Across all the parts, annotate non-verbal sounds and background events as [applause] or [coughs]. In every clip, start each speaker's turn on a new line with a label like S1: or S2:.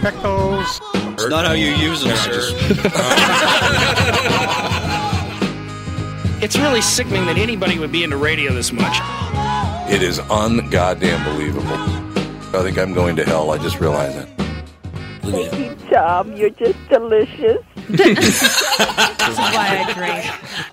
S1: pickles.
S2: It's not how you use them,
S3: [laughs]
S2: sir.
S4: [laughs]
S3: Um,
S4: It's really sickening that anybody would be into radio this much.
S3: It is ungoddamn believable. I think I'm going to hell. I just realized it. Look at you.
S5: Tom, you're just delicious.
S6: This is why I drink.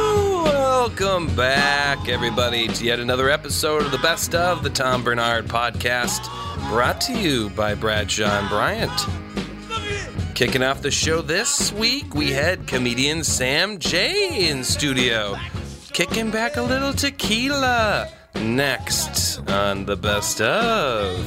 S7: Welcome back, everybody, to yet another episode of the Best of the Tom Bernard Podcast, brought to you by Bradshaw and Bryant. Kicking off the show this week, we had comedian Sam J in studio, kicking back a little tequila. Next on the Best of.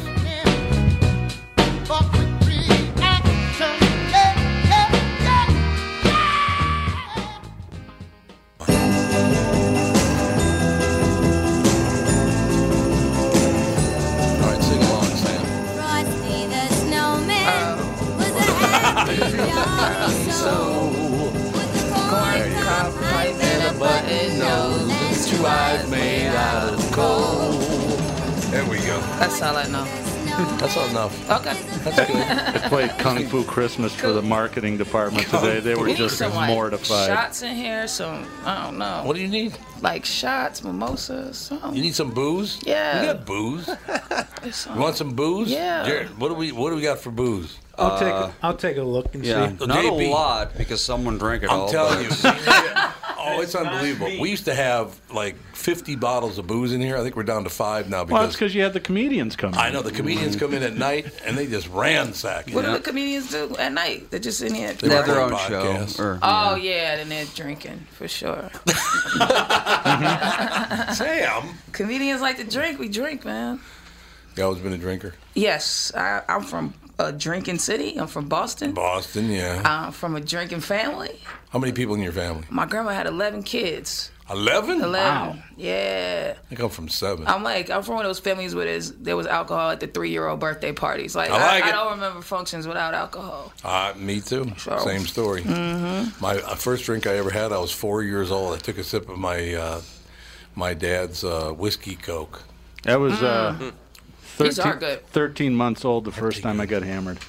S3: All right, sing along, Sam.
S8: Frosty the Snowman was a happy young soul. With a corn cob pipe and a button nose, and two eyes made out of coal.
S3: There we go.
S6: That's all I know.
S3: That's enough.
S6: Okay.
S3: That's good.
S2: I played Kung Fu Christmas for the marketing department today. They were
S6: We need
S2: just
S6: some like
S2: mortified.
S6: shots in here, some I don't know,
S3: what do you need?
S6: like shots, mimosas,
S3: You
S6: something.
S3: need some booze?
S6: Yeah.
S3: You got booze?
S6: something.
S3: You want some booze?
S6: Yeah.
S3: Jared, what do we what do we got for booze? Uh,
S1: I'll take I'll take a look and
S2: Uh, Yeah,
S1: see.
S2: not a
S3: JB.
S2: lot because someone drank it
S3: I'm
S2: all.
S3: telling you.
S2: but-
S3: [laughs] oh, it's unbelievable. We used to have like 50 bottles of booze in here. I think we're down to five now
S2: Well, it's
S3: because
S2: because you had the comedians coming.
S3: I know the comedians come in at night and they just ransack it.
S6: What do the comedians do at night? They're just in here.
S3: They
S6: drinking.
S3: were
S2: their own
S3: on podcast.
S2: show. Or,
S6: Oh yeah, then they're drinking
S3: [laughs]
S6: for sure. [laughs]
S3: Sam.
S6: Comedians like to drink. We drink, man.
S3: You always been a drinker?
S6: Yes, I, I'm from a drinking city. I'm from Boston.
S3: Boston, yeah.
S6: I'm from a drinking family.
S3: How many people in your family?
S6: My grandma had 11 kids.
S3: 11?
S6: 11. Yeah.
S3: I come from seven.
S6: I'm like, I'm from one of those families where there's, there was alcohol at the three year old birthday parties. Like,
S3: I
S6: I,
S3: like
S6: I
S3: it.
S6: don't remember functions without alcohol. Mm-hmm.
S3: Uh, me too.
S6: So-
S3: Same story.
S6: Mm.
S3: My uh, first drink I ever had, I was four years old. I took a sip of my uh, my dad's uh, whiskey coke.
S2: that was uh,
S7: Mm.
S6: These are
S2: 13,
S6: good.
S2: 13 months old the first time I got hammered.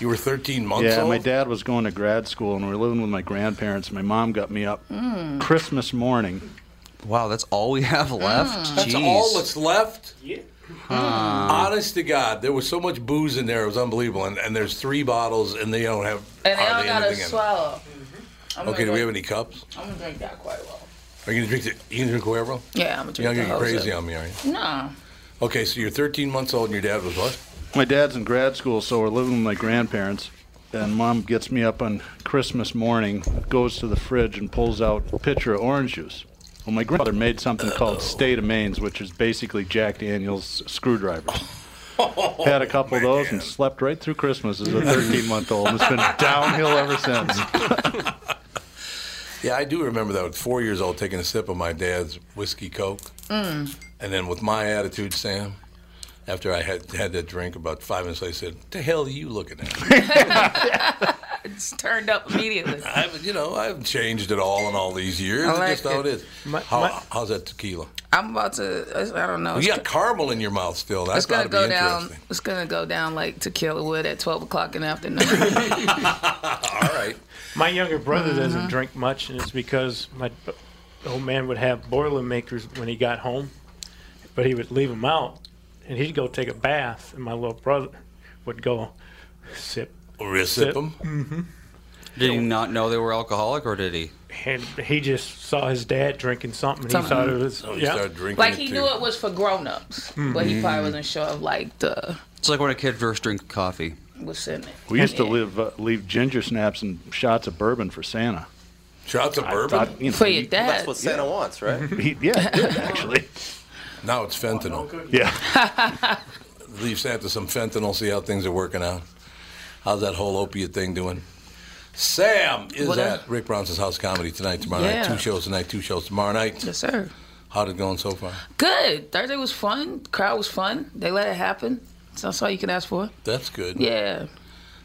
S3: You were 13 months
S2: Yeah,
S3: old?
S2: my dad was going to grad school, and we were living with my grandparents. My mom got me up
S6: Mm.
S2: Christmas morning.
S7: Wow, that's all we have left?
S6: Mm.
S3: That's all that's left. Yeah.
S6: Hmm.
S3: Honest to God, there was so much booze in there; it was unbelievable. And, and there's three bottles, and they don't have
S6: And they all
S3: hardly
S6: got to
S3: anything in it.
S6: swallow. I'm
S3: Okay,
S6: gonna
S3: do we have
S6: drink-
S3: any cups?
S6: I'm going to drink that quite well.
S3: Are you gonna drink? The, you gonna drink Cuervo?
S6: Yeah, I'm going
S3: You're not
S6: to drink the
S3: gonna get
S6: whole
S3: crazy
S6: sip.
S3: on me, are you?
S6: No.
S3: Okay, so you're 13 months old, and your dad was what?
S2: My dad's in grad school, so we're living with my grandparents. And mom gets me up on Christmas morning, goes to the fridge, and pulls out a pitcher of orange juice. Well, my grandfather made something called State of Maine's, which is basically Jack Daniels screwdrivers. Had a couple of those and slept right through Christmas as a 13 month old. and It's been downhill ever since.
S6: Mm.
S3: [laughs] Yeah, I do remember that. At four years old, taking a sip of my dad's whiskey coke, And then with my attitude, Sam, after I had had that drink, about five minutes later, I said, "The hell are you looking at?"
S6: [laughs]
S3: [laughs]
S6: It's turned up immediately.
S3: I, haven't- you know, I haven't changed at all in all these years.
S6: I
S3: It's
S6: like
S3: just how it
S6: it.
S3: is.
S6: My-
S3: how,
S6: my-
S3: how's that tequila?
S6: I'm about to. I don't know.
S3: You got caramel in your mouth still. That's
S6: it's
S3: got to
S6: gonna
S3: be
S6: go
S3: interesting.
S6: down. It's gonna go down like tequila wood at twelve o'clock in the afternoon.
S3: All right.
S1: My younger brother
S6: Mhm.
S2: Uh-huh.
S1: doesn't drink much, and it's because my b- old man would have Boilermakers when he got home, but he would leave them out, and he'd go take a bath, and my little brother would go sip.
S3: Sip 'em?
S1: Mm-hmm.
S9: Did he not know they were alcoholic, or did he?
S1: And he just saw his dad drinking something, and he
S9: Something.
S1: thought it was.
S9: Oh, he
S1: yeah.
S9: started drinking
S6: like he knew it was for grown ups, but
S3: Hmm.
S6: he probably wasn't sure of like the
S9: It's like when a kid first drinks coffee.
S6: what's in it.
S2: We used to live, uh, leave ginger snaps and shots of bourbon for Santa.
S3: Shots of bourbon?
S6: For your dad. That's what
S2: Santa
S3: wants, right?
S2: He,
S6: [laughs]
S2: yeah, he did, actually.
S3: Now it's fentanyl.
S2: Yeah.
S3: [laughs] Leave Santa some fentanyl, see how things are working out. How's that whole opiate thing doing? Sam is
S6: What
S3: at Rick Bronson's House Comedy tonight, tomorrow night.
S6: Yeah.
S3: Two shows tonight, two shows tomorrow night.
S6: Yes, sir.
S3: How'd it going so far?
S6: Good. Thursday was fun. Crowd was fun. They let it happen. So that's all you can ask for.
S3: That's good.
S6: Yeah.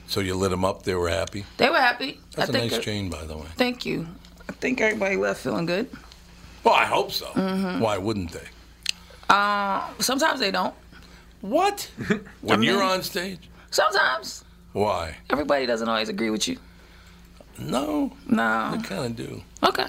S3: So you lit them up. They were happy.
S6: They were happy.
S3: That's
S6: I
S3: a
S6: think
S3: nice chain, by the way.
S6: Thank you. I think everybody left feeling good.
S3: Well, I hope so.
S6: Mhm.
S3: Why wouldn't they?
S6: Uh, sometimes they don't.
S3: [laughs] What? When you're on stage?
S6: Sometimes
S3: Why?
S6: everybody doesn't always agree with you.
S3: No.
S6: No.
S3: They kind of do.
S6: Okay.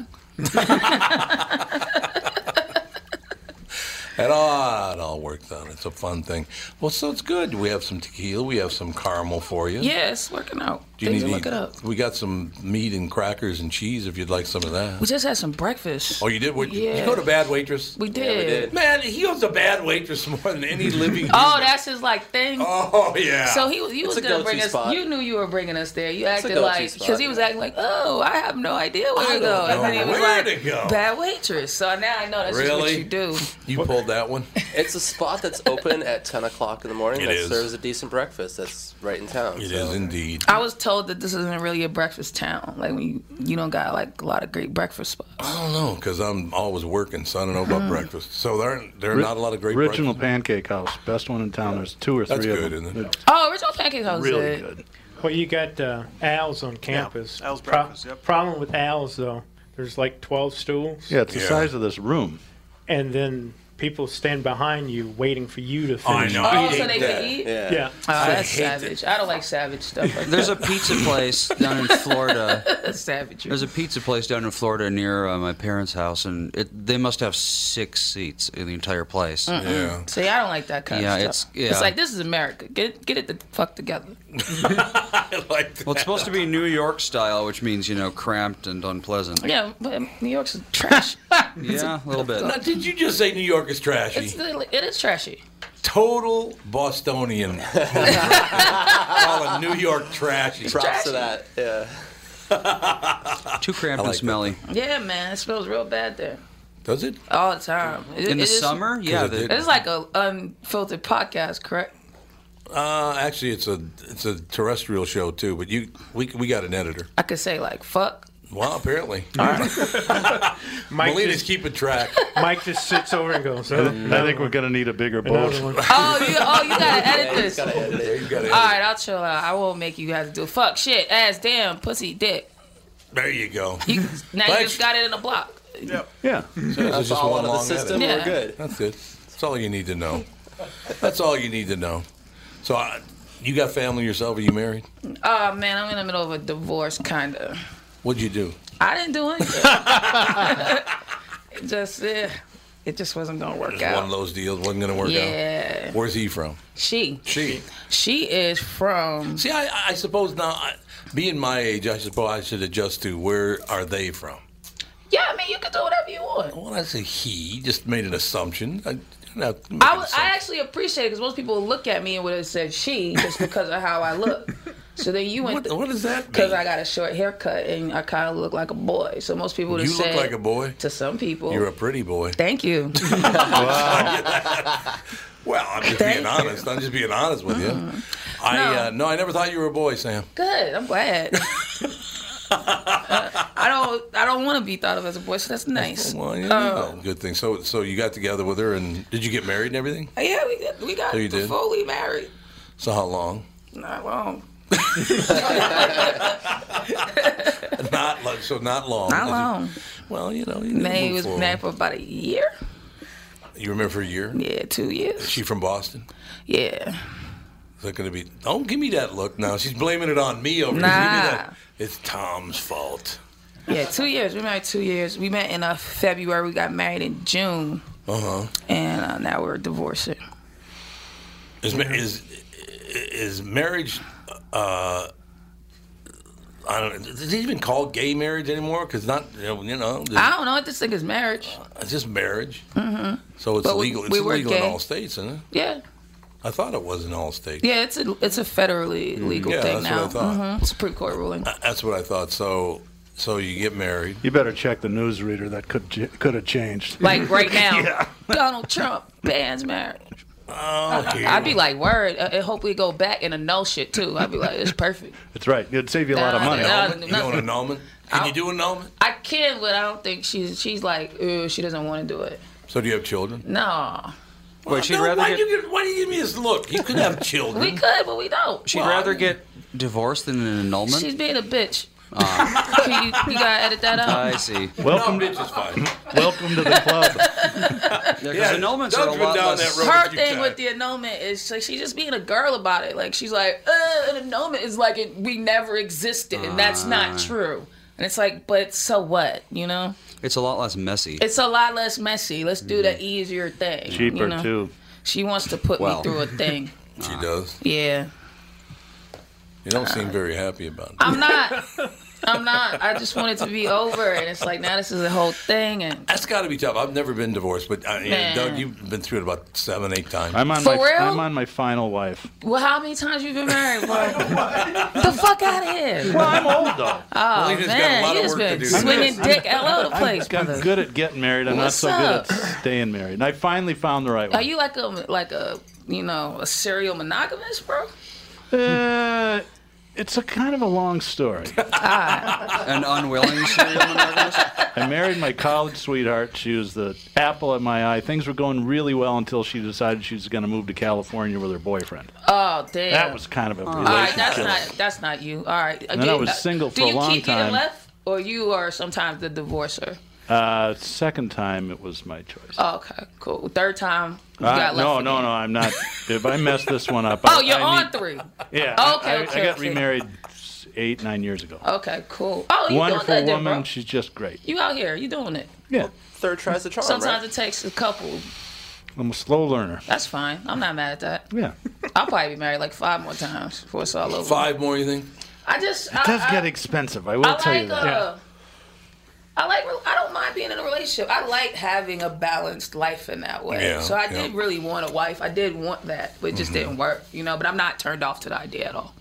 S3: It all, it all worked out. It's a fun thing. Well, so it's good. We have some tequila. We have some caramel for you.
S6: Yeah, it's working out.
S3: Do you
S6: Things
S3: need
S6: are
S3: to
S6: looking
S3: eat-
S6: up.
S3: We got some meat and crackers and cheese if you'd like some of that.
S6: We just had some breakfast.
S3: Oh, you did? What,
S6: Yeah.
S3: You go to Bad Waitress?
S6: We did. did.
S3: Man, he was a bad waitress more than
S6: [laughs]
S3: any living.
S6: Oh, that's his like thing.
S3: Oh, yeah.
S6: So he was you
S3: It's
S6: was
S3: a
S6: gonna bring
S3: go-to
S6: us.
S3: spot.
S6: You knew you were bringing us there. You
S3: It's a
S6: acted
S3: go-to
S6: like
S3: spot.
S6: because he was acting like, oh, I have no idea where
S3: I
S6: to go.
S3: don't
S6: And then
S3: know
S6: he was
S3: where
S6: like,
S3: to go.
S6: bad waitress. So now I know that's just what
S10: Really?
S6: you do.
S3: You pulled that one?
S10: It's a spot that's open at 10 o'clock in the morning
S3: It
S10: that
S3: is.
S10: serves a decent breakfast. That's right in town.
S3: It is
S10: so.
S3: indeed.
S6: I was told that this isn't really a breakfast town. Like when you, you don't got like a lot of great breakfast spots.
S3: I don't know because I'm always working, so I don't know about
S6: Mm.
S3: breakfast. So there aren't, there are
S2: Ri-
S3: not a lot of great
S2: Original Pancake House, best one in town. There's two or
S3: That's
S2: three
S3: good,
S2: of them.
S3: isn't it?
S6: Oh, original pancake house.
S2: Really
S6: is-
S2: good.
S1: Well, you got uh, Al's on campus.
S11: Al's
S1: Pro-
S11: breakfast, yep.
S1: Problem with Al's though, there's like twelve stools.
S2: Yeah, it's the size of this room.
S1: And then people stand behind you waiting for you to
S2: I
S1: finish.
S2: know.
S6: Oh,
S1: eating.
S6: so they can eat.
S1: Yeah.
S6: Oh, that's savage. I don't like savage stuff. Like
S9: There's a [laughs]
S6: that.
S9: pizza place down in Florida.
S6: [laughs] savage.
S9: There's a pizza place down in Florida near uh, my parents' house, and it, they must have six seats in the entire place.
S6: Mm-mm. See, I don't like that kind
S9: Yeah,
S6: of
S9: it's-
S6: stuff.
S9: yeah.
S6: It's like this is America. Get get it the fuck together.
S9: Well, it's supposed to be New York style, which means you know cramped and unpleasant.
S6: Yeah, but New York's trash.
S9: yeah, a little bit.
S3: Now, did you just say New York is trashy?
S6: It's, it is trashy.
S3: Total
S6: [laughs]
S3: Bostonian. Calling New York trashy.
S10: Props to that. Yeah.
S9: Too cramped
S3: I
S9: and
S3: like
S9: smelly.
S6: Yeah, man, it smells real bad there
S3: Does it?
S6: all the time. It-
S9: In the
S6: it is-
S9: summer? Yeah, 'Cause it the-
S6: it's like a unfiltered podcast, correct?
S3: Uh, actually, it's a it's a terrestrial show too, but you we we got an editor.
S6: I could say like fuck.
S3: Well, apparently,
S1: [laughs] Mike
S3: Melina's
S1: just-
S3: keeping track.
S1: Mike just sits over and goes.
S2: I
S1: "Oh,
S2: think- I think we're going to need a bigger boat.
S1: another one."
S6: [laughs] Oh, you oh you gotta edit this.
S3: All
S6: right, I'll chill out. I won't make you guys do fuck, shit, ass, damn, pussy, dick.
S3: There you go.
S6: Now you
S3: Thanks.
S6: just got it in a block.
S2: yeah,
S3: So this is
S10: That's
S3: just
S10: all
S3: one
S10: out of the
S3: long
S10: system,
S3: edit.
S6: we're Yeah. good.
S3: That's it. That's all you need to know. That's all you need to know. So, uh, you got family yourself? Are you married?
S6: Oh man, I'm in the middle of a divorce, kinda.
S3: What'd you do?
S6: I didn't do
S3: [laughs]
S6: anything. it just eh, it just wasn't gonna work
S3: Just
S6: out.
S3: one of those deals wasn't going to work
S6: Yeah.
S3: out. Where's he from?
S6: She.
S3: She.
S6: She is from.
S3: See, I, I suppose now, I, being my age, I suppose I should adjust to where are they from.
S6: Yeah, I mean you can do whatever you want.
S3: Well, I say he just made an assumption. I, I,
S6: I, was, I actually appreciate it because most people look at me and would have said she just because of how I look. So then you went.
S3: What- what does that
S6: Because I got a short haircut and I kind of look like a boy. So most people would have
S3: you
S6: said.
S3: look like a boy.
S6: To some people.
S3: You're a pretty
S6: [laughs]
S3: boy. [laughs]
S6: Thank you.
S3: Well, I'm just being honest. I'm just being
S6: Uh-huh.
S3: honest with you. I no. Uh, no, I never thought you were a boy, Sam.
S6: Good. I'm glad. I don't. I don't want to be thought of as a boy, so that's nice.
S3: Well, yeah,
S6: Uh,
S3: good thing. So, so you got together with her, and did you get married and everything?
S6: yeah, we got, we got
S3: So Oh, you did?
S6: fully married.
S3: So, how long? [laughs]
S6: Not long.
S3: not like so, not long.
S6: Not
S3: Did Oh, you-
S6: long.
S3: well, you know, you
S6: May
S3: move
S6: was
S3: forward.
S6: married for about a year.
S3: You, remember for a year?
S6: Yeah, two years.
S3: Is she from Boston?
S6: Yeah.
S3: Is that going to be? Don't give me that look now. She's blaming it on me over here. Give me
S6: Nah.
S3: that- It's Tom's fault.
S6: Yeah, two years. We married two years. We met in uh, February. We got married in June,
S3: Uh huh.
S6: and uh, now we're divorcing.
S3: Is ma- is is marriage? Uh, I don't. know. Is it even called gay marriage anymore? Because not you know, you know
S6: I don't know. I just think it's marriage.
S3: it's just marriage.
S6: hmm
S3: So it's
S6: But we-
S3: legal. It's
S6: we were
S3: illegal in
S6: gay.
S3: all states, isn't it?
S6: Yeah,
S3: I thought it was in all states.
S6: yeah. It's a it's a federally legal
S3: Mm. Yeah,
S6: thing
S3: that's
S6: now.
S3: what I thought.
S6: Mhm. Supreme Court ruling.
S3: That's what I thought. So so you get married.
S2: [laughs] You better check the newsreader. That could ch- could have changed. [laughs]
S6: Like
S3: [laughs]
S6: right now, Donald Trump bans marriage.
S3: Okay.
S6: I'd be like, word. uh, And hope we go back and annul shit too. I'd be like, it's perfect.
S2: That's right. It'd save you a lot of
S6: Nah,
S2: money.
S6: nah, Annulment? You nah. doing
S3: annulment? Can you do annulment?
S6: I can, but I don't think she's she's like, Ew, she doesn't want to do it.
S3: So do you have children?
S6: No,
S3: Wait,
S9: she'd rather
S3: why
S9: get-
S3: you give, why do you give me this look? You could have children.
S6: we could, but we don't.
S9: [laughs] She'd
S6: Well,
S9: rather get divorced than an annulment. Ah.
S6: She's being a bitch. Can [laughs] you, you gotta edit that out.
S9: I see.
S3: Welcome, bitch is fine.
S2: Welcome to the
S12: [laughs]
S2: club.
S9: yeah,
S3: Yeah,
S9: because annulments are a
S3: Doug's been
S9: lot
S3: down
S9: less.
S3: that road
S6: Her thing with the annulment is like she's just being a girl about it. Like she's like, uh, an annulment is like it, we never existed, and that's not
S9: Ah.
S6: true. And it's like, but so what? You know,
S9: It's a lot less messy.
S6: it's a lot less messy. Let's do the easier thing. you know? She wants to put
S9: Mm-hmm. Well.
S6: me
S9: [laughs]
S6: through a thing.
S3: She does.
S6: Yeah,
S3: You
S6: Uh,
S3: don't seem very happy about it.
S6: I'm not. I'm not. I just want it to be over, and it's like now this is a whole thing, and
S3: That's got to be tough. I've never been divorced, but uh, yeah,
S6: Man.
S3: Doug, you've been through it about seven, eight times.
S2: I'm on
S6: For
S2: my
S6: real?
S2: I'm on my final wife.
S6: well, how many times you been married, bro? [laughs] the fuck out of here.
S2: Well, I'm old though.
S6: Oh man, you just been swinging dick all over the place,
S2: I'm,
S6: brother.
S2: good at getting married. I'm
S6: What's
S2: not
S6: up?
S2: so good at staying married. And I finally found the right
S6: Are
S2: one.
S6: you like a like a you know a serial monogamist,
S2: [laughs]
S6: bro?
S2: Uh, it's a kind of a long story. Ah.
S9: An unwilling serial monogamist.
S2: I married my college sweetheart. She was the apple at my eye. Things were going really well until she decided she was going to move to California with her boyfriend.
S6: Oh damn.
S2: That was kind of a
S6: All
S2: relationship.
S6: right, that's not that's not you. All right. uh,
S2: And then I was single
S6: do
S2: for a
S6: you
S2: long
S6: keep
S2: time.
S6: Either left or you are sometimes the divorcer.
S2: Uh, second time it was my choice.
S6: Oh, okay, cool. Third time you
S2: Uh,
S6: got left.
S2: no, no, no, I'm
S6: [laughs]
S2: not. If I mess this one up,
S6: Oh,
S2: I,
S6: you're
S2: I
S6: on
S2: need-
S6: three.
S2: Yeah. I-
S6: Okay.
S2: I,
S6: okay.
S2: I got
S6: okay.
S2: remarried eight, nine years ago.
S6: Okay. Cool. Oh, you
S2: Wonderful
S6: doing that, then,
S2: woman.
S6: bro?
S2: She's just great.
S6: You out here? You doing it?
S2: Yeah.
S10: Third tries the charm.
S6: Sometimes
S10: right?
S6: it takes a couple.
S2: I'm a slow learner.
S6: That's fine. I'm not mad at that.
S2: Yeah.
S6: I'll probably be married like five more times before it's all over.
S3: Five more, you think?
S6: I just.
S2: It
S6: I,
S2: does
S6: I,
S2: get expensive. I will
S6: I
S2: tell you
S6: like,
S2: that.
S6: Uh, I like. I don't mind being in a relationship. I like having a balanced life in that way.
S2: Yeah,
S6: so I
S2: yeah. Mm-hmm.
S6: did really want a wife. I did want that, but it just
S3: Mhm.
S6: didn't work, you know. But I'm not turned off to the idea at all.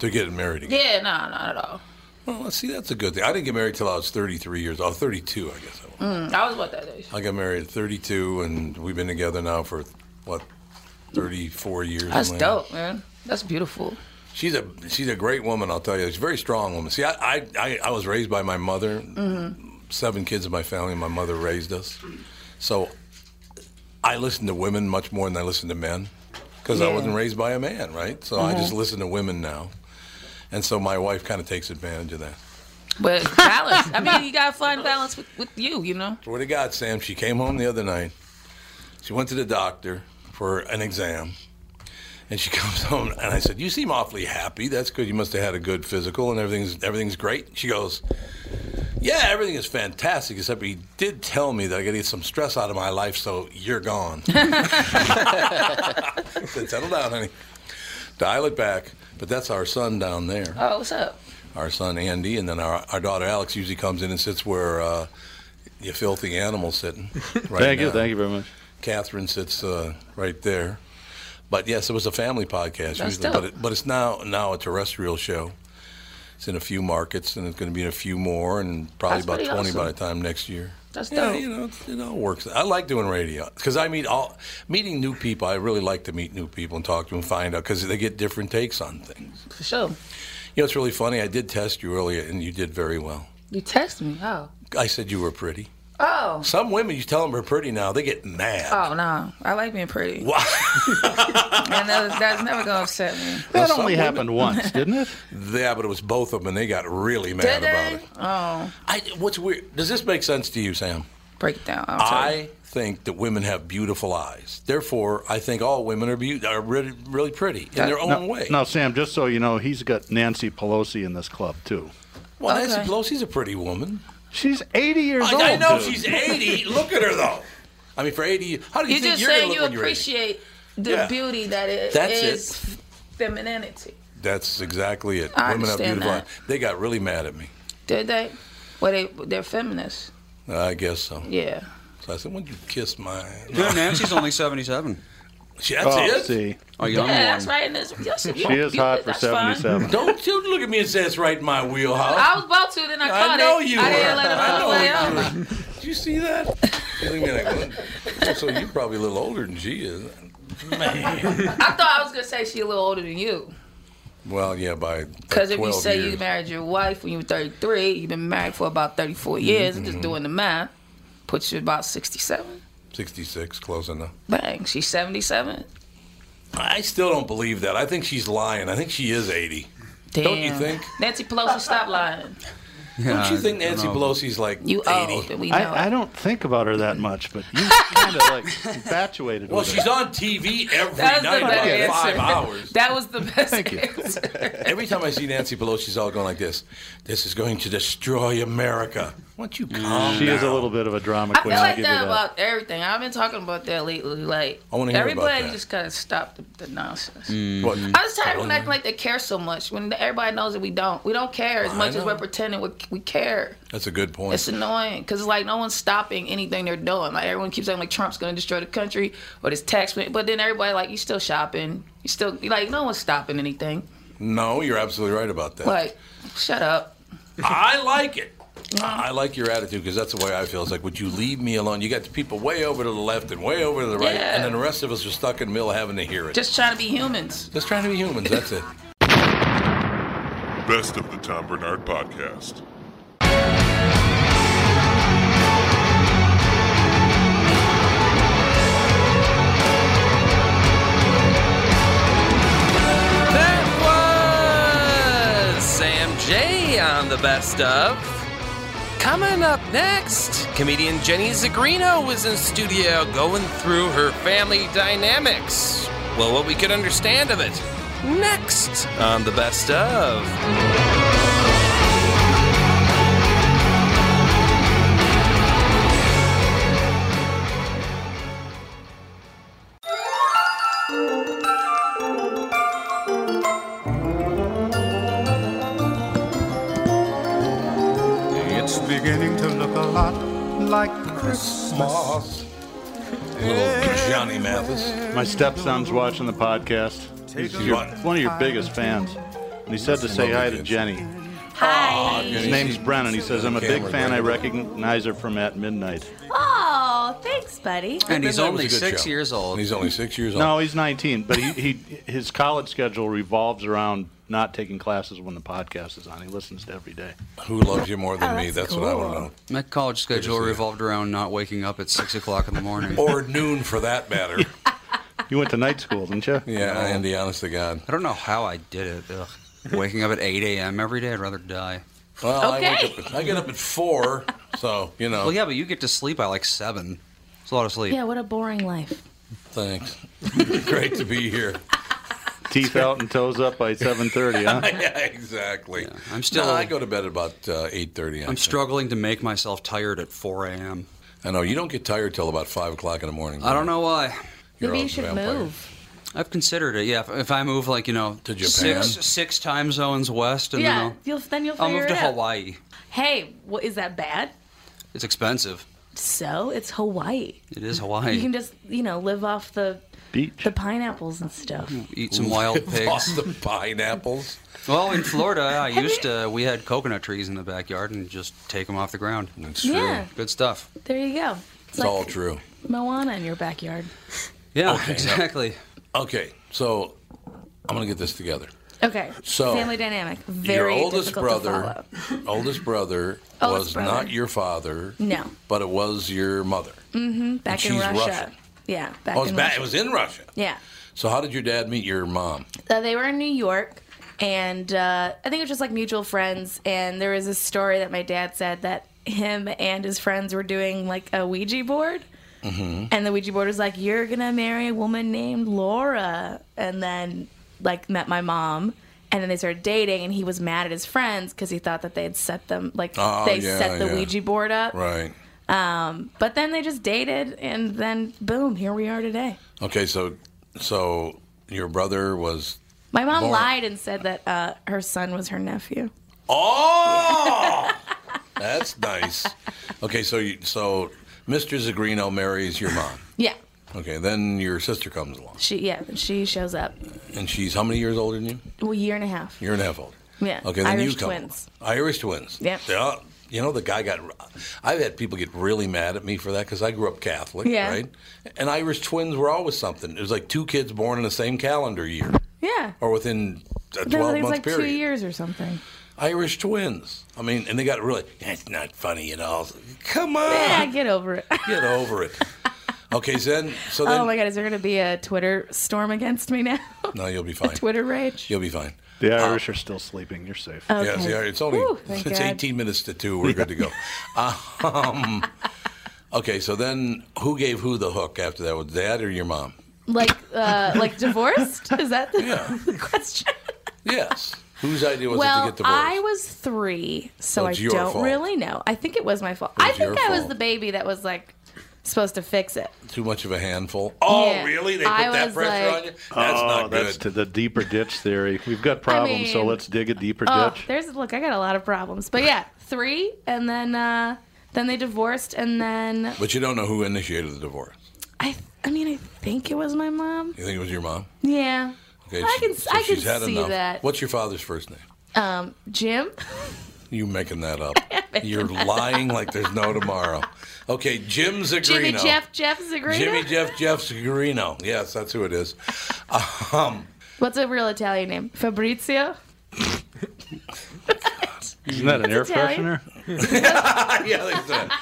S3: To get married again.
S6: Yeah, no, not at all.
S3: Well, let's see, that's a good thing. I didn't get married till I was 33 years old. 32, I guess. I was.
S6: Mm, I was about that age.
S3: I got married at 32, and we've been together now for, what, 34 years?
S6: That's
S3: something like that.
S6: dope, man. That's beautiful.
S3: She's a she's a great woman, I'll tell you. She's a very strong woman. See, I I, I, I was raised by my mother,
S6: Mm-hmm.
S3: seven kids in my family. My mother raised us, so I listen to women much more than I listen to men because I
S11: Yeah.
S3: wasn't raised by a man, right? So I just
S6: Mhm.
S3: listen to women now, and so my wife kind of takes advantage of that.
S6: But balance. I mean, you gotta find balance with, with you, you know.
S3: Swear to God, Sam, she came home the other night. She went to the doctor for an exam. And she [laughs] comes home and I said, You seem awfully happy. That's good. You must have had a good physical and everything's everything's great. She goes, Yeah, everything is fantastic, except he did tell me that I gotta get some stress out of my life, so you're gone. I said, Settle down, honey. Dial it back. But that's our son down there
S6: Oh, what's up?
S3: our son Andy, and then our, our daughter Alex usually comes in and sits where uh, you filthy
S2: [laughs]
S3: animal sitting. Right
S2: Thank you,
S3: now.
S2: thank you very much.
S3: Catherine sits uh, right there, but yes, it was a family podcast,
S11: That's
S3: usually,
S11: dope.
S3: but it, but it's now now a terrestrial show. It's in a few markets, and it's going to be in a few more, and probably
S11: That's
S3: about
S11: pretty
S3: twenty by the
S11: awesome.
S3: time next year.
S11: That's
S3: Yeah,
S11: dope.
S3: you know, it's- it all works. I like doing radio because I meet all meeting new people. I really like to meet new people and talk to them, find out because they get different takes on things.
S6: For sure.
S3: You know, it's really funny. I did test you earlier, and you did very well.
S6: You text me. Oh.
S3: I said you were pretty.
S6: Oh.
S3: Some women, you tell them are pretty now, they get mad.
S6: Oh no, I like being
S3: [laughs]
S6: pretty.
S3: Why?
S6: and that, that's never gonna upset me.
S3: Well, some women- [laughs]
S2: didn't it?
S3: yeah, but it was both of them, and they got really mad
S6: Did
S3: about
S6: they?
S3: it.
S6: Oh.
S3: I, what's weird? Does this make sense to you, Sam?
S6: Break it down. I'll tell you.
S3: I think that women have beautiful eyes. Therefore, I think all women are be- are really, really pretty in their own
S2: now,
S3: way.
S2: Now, Sam, just so you know, he's got Nancy Pelosi in this club too.
S3: Well,
S2: Okay.
S3: Nancy Pelosi's a pretty woman.
S2: She's 80 years
S3: I,
S2: old.
S3: I know
S2: dude.
S3: she's
S2: [laughs]
S3: 80. Look at her though. I mean, for 80, how do you,
S6: You're
S3: think
S6: just
S3: you're
S6: saying
S3: gonna
S6: you
S3: look when you're 80?
S6: appreciate the
S3: Yeah.
S6: beauty that it is
S3: That's
S6: femininity.
S3: That's exactly it.
S6: I
S3: women have
S6: understand
S3: beautiful
S6: that.
S3: eyes. They got really mad at me.
S6: Did they? Well, they they're feminists.
S3: I guess so.
S6: Yeah.
S3: So I said, "When you kiss my."
S9: Good, Nancy's only 77.
S3: She, that's
S9: Oh,
S3: it.
S9: see. A young
S6: yeah,
S9: one.
S6: [laughs] that's right. And it's, yes, you- you- that's fine.
S3: Don't you look at me and say it's right in my wheelhouse.
S6: I was about to, then I
S3: I
S6: caught
S3: know
S6: it.
S3: you
S6: I
S3: were.
S6: didn't let it
S3: I
S6: all
S3: know
S6: play
S3: you
S6: out.
S3: Did you see that? She's looking at me like, "Well, so you're probably a little older than she is.
S6: I thought I was gonna say she a little older than you,
S3: Well, yeah, by like
S6: because if you
S3: 12
S6: say
S3: years.
S6: you married your wife when you were 33, you've been married for about 34 years. I'm just
S3: Mhm.
S6: doing the math. Puts you about 67.
S3: 66, close enough.
S6: Bang, she's 77.
S3: I still don't believe that. I think she's lying. I think she is 80.
S6: Damn.
S3: Don't you think?
S6: Nancy Pelosi,
S3: [laughs]
S6: stop lying.
S3: don't you think Nancy Pelosi's like
S6: You
S3: 80?
S6: old, we know
S2: I, I don't think about her that much, but you kind of like infatuated
S3: Well,
S2: with
S3: she's
S2: her.
S3: on TV every
S6: That
S3: night
S6: was the
S3: about
S6: better answer.
S3: five hours.
S6: That was the best answer.
S3: Every time I see Nancy Pelosi, she's all going like this. This is going to destroy America. Why don't you calm
S2: She is a
S3: down?
S2: little bit of a drama
S6: I
S2: queen.
S6: feel
S2: I'll
S6: like
S2: give
S6: that,
S2: you that.
S6: about everything. I've been talking about that lately. Like
S3: I wanna hear about
S6: everybody
S3: that.
S6: just gotta stop the, the nonsense.
S3: What?
S6: I was tired of people acting like they care so much when everybody knows that we don't. We don't care as
S3: I
S6: much as
S3: know.
S6: we're pretending we, we care.
S3: That's a good point.
S6: It's annoying because like no one's stopping anything they're doing. Like everyone keeps saying like Trump's going to destroy the country or this tax, plan. but then everybody like you still shopping, you still like no one's stopping anything.
S3: No, you're absolutely right about that.
S6: Like shut up.
S3: I like it. I like your attitude because that's the way I feel. It's like, would you leave me alone? You got the people way over to the left and way over to the right,
S6: Yeah.
S3: and then the rest of us are stuck in the middle having to hear it.
S6: Just trying to be humans.
S3: Just trying to be humans.
S9: [laughs]
S3: That's it.
S11: Best of the Tom Bernard Podcast.
S7: That was Sam J on the best of. Coming up next, comedian Jenny Zagrino was in studio going through her family dynamics. Well, what we could understand of it. Next on the best of.
S12: It's beginning to look a lot like Christmas.
S3: [laughs] Little Johnny Mathis.
S2: My stepson's watching the podcast. He's your, one of your biggest fans. And he said to say hi to Jenny.
S13: Hi.
S2: His name's Brennan. He says, I'm a big
S3: Cameron
S2: fan. I
S3: Brennan.
S2: recognize her from At Midnight.
S13: Oh, thanks, buddy.
S3: years old. He's only six years old.
S2: No, he's 19, but he, he his college schedule revolves around not taking classes when the podcast is on. He listens to every day.
S3: Who loves you more than
S13: Oh,
S3: me? That's what I want to know.
S9: My college schedule revolved around not waking up at 6 o'clock in the morning.
S3: [laughs] Or noon for that matter.
S2: [laughs] You went to night school, didn't you?
S3: Yeah, Andy, honest to God.
S9: I don't know how I did it. Ugh. Waking up at 8 a.m. every day, I'd rather die.
S3: Well, I, wake up, I get up at four, so, you know.
S9: Well, yeah, but you get to sleep by like 7. It's a lot of sleep.
S13: Yeah, what a boring life.
S3: Thanks. [laughs] Great to be here.
S2: Teeth out and toes up by 7.30,
S3: [laughs]
S2: huh?
S3: yeah, exactly.
S9: I'm still-
S3: No, I go to bed at about uh, eight thirty.
S9: I'm struggling to make myself tired at 4 a.m.
S3: I know you don't get tired till about five o'clock in the morning.
S9: I don't know why.
S3: You're Maybe a you should vampire. move.
S9: I've considered it. Yeah, if, if I move like you know to
S3: Japan?
S9: six six time zones west, and
S13: yeah,
S9: then
S13: you'll, then you'll
S9: I'll, I'll
S13: figure
S9: move
S13: it
S9: to
S13: out.
S9: Hawaii.
S13: Hey, what is that bad?
S9: It's expensive.
S13: So it's Hawaii.
S9: It is
S13: You
S9: Hawaii.
S13: can just you know live off the
S2: beach,
S13: the pineapples and stuff.
S9: [laughs] Eat some wild
S3: [laughs]
S9: pigs.
S3: Lost the pineapples.
S9: Well, in Florida, I used to we had coconut trees in the backyard and just take them off the ground.
S3: That's
S13: true. Yeah.
S9: Good stuff.
S13: There you go. It's, like
S3: true.
S13: Moana in your backyard.
S9: Yeah,
S3: Okay, now-
S9: exactly.
S3: Okay, so I'm gonna get this together.
S13: Okay.
S3: So,
S13: family dynamic.
S3: your
S13: Very
S3: oldest
S13: difficult To follow.
S3: brother, [laughs] oldest brother
S13: [laughs] Oldest
S3: was
S13: brother.
S3: not your father,
S13: No.
S3: but it was your mother.
S13: Mm-hmm. Back in
S3: she's
S13: Russia.
S3: Russian.
S13: Yeah. Back
S3: oh, it was,
S13: in
S3: ba-
S13: Russia.
S3: it was in Russia.
S13: Yeah.
S3: So how did your dad meet your mom?
S13: Uh, they were in New York, and uh, I think it was just like mutual friends. And there was a story that my dad said that him and his friends were doing like a Ouija board.
S8: Mm-hmm.
S13: And the Ouija board was like, You're going to marry a woman named Laura. And then, like, met my mom. And then they started dating, and he was mad at his friends because he thought that they had set them, like,
S3: Oh,
S13: they
S3: yeah,
S13: set the
S3: yeah.
S13: Ouija board up.
S3: Right.
S13: Um, but then they just dated, and then boom, here we are today.
S3: Okay, so so your brother was
S13: My mom
S3: Born-
S13: lied and said that uh, her son was her nephew.
S3: Oh, [laughs] that's nice. Okay, so you, so Mr. Zagrino marries your mom.
S13: Yeah,
S3: Okay, then your sister comes along,
S13: she yeah she shows up.
S3: and she's how many years older than you?
S13: Well, year and a half.
S3: Year and a half older.
S13: Yeah.
S3: Okay, then
S13: Irish
S3: you come.
S13: twins.
S3: Irish twins.
S13: Yep.
S3: Yeah. You know, the guy got. I've had people get really mad at me for that because I grew up Catholic,
S13: Yeah.
S3: right? And Irish twins were always something. It was like two kids born in the same calendar year
S13: Yeah.
S3: or within a
S13: Then I
S3: 12
S13: think it's
S3: month
S13: like
S3: period.
S13: two years or something.
S3: Irish twins. I mean, and they got really, that's not funny at all. Come on.
S13: Yeah, get over it.
S3: Get over it. Okay, so then, so then,
S13: oh my God, is there going to be a Twitter storm against me now? [laughs]
S3: no, you'll be fine.
S13: Twitter rage.
S3: You'll be fine.
S2: The Irish are still sleeping. You're safe.
S13: Okay.
S3: Yes, yeah, it's only
S13: Whew, thank
S3: it's
S13: God.
S3: 18 minutes to two. We're good to
S13: [laughs]
S3: go. Um, okay, so then who gave who the hook after that? Was dad or your mom?
S13: Like uh, like divorced? Is that
S3: [laughs]
S13: the, the question?
S3: Yes. Whose idea was it
S13: well,
S3: to get divorced?
S13: I was three, so
S3: So
S13: I
S3: it's your
S13: don't
S3: fault.
S13: really know. I think it was my fault.
S3: It's
S13: I think
S3: your
S13: I was
S3: fault.
S13: the baby that was like supposed to fix it.
S3: Too much of a handful. Oh,
S13: Yeah.
S3: really?
S14: Uh,
S3: They put
S13: I
S3: that
S13: was
S3: pressure
S13: like-
S3: on you? That's
S2: oh,
S3: not good.
S2: That's to the deeper ditch theory. We've got problems, so
S13: mean-
S2: let's dig a deeper
S13: Oh,
S2: ditch.
S13: there's look, I got a lot of problems, but yeah, three, and then uh, then they divorced, and then
S3: But you don't know who initiated the divorce.
S13: I I mean I think it was my mom.
S3: You think it was your mom?
S13: Yeah, I
S3: she-
S13: can
S3: so
S13: I can
S3: she's had
S13: see
S3: enough.
S13: that.
S3: What's your father's first name?
S13: Um, Jim,
S3: You making that
S13: [laughs]
S3: up? You're lying like there's no tomorrow. Okay, Jim Zagrino.
S13: Jimmy, Jeff, Jeff Zagrino.
S3: Jimmy Jeff Jeff Zagrino. Yes, that's who it is. Um,
S13: What's a real Italian name? Fabrizio.
S2: Isn't that an air
S13: That's Italian.
S2: freshener?
S3: [laughs] yeah, like that.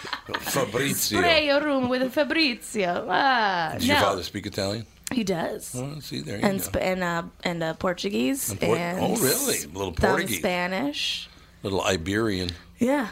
S3: Fabrizio.
S13: Spray your room with Fabrizio. Ah,
S3: Does
S13: no,
S3: your father speak Italian?
S13: he does.
S3: Well, see, there you
S13: and
S3: go.
S13: sp- and uh, and uh, Portuguese
S3: And
S13: and,
S3: Port- oh, really? A little
S13: some
S3: Portuguese.
S13: Spanish.
S3: Little Iberian.
S13: Yeah,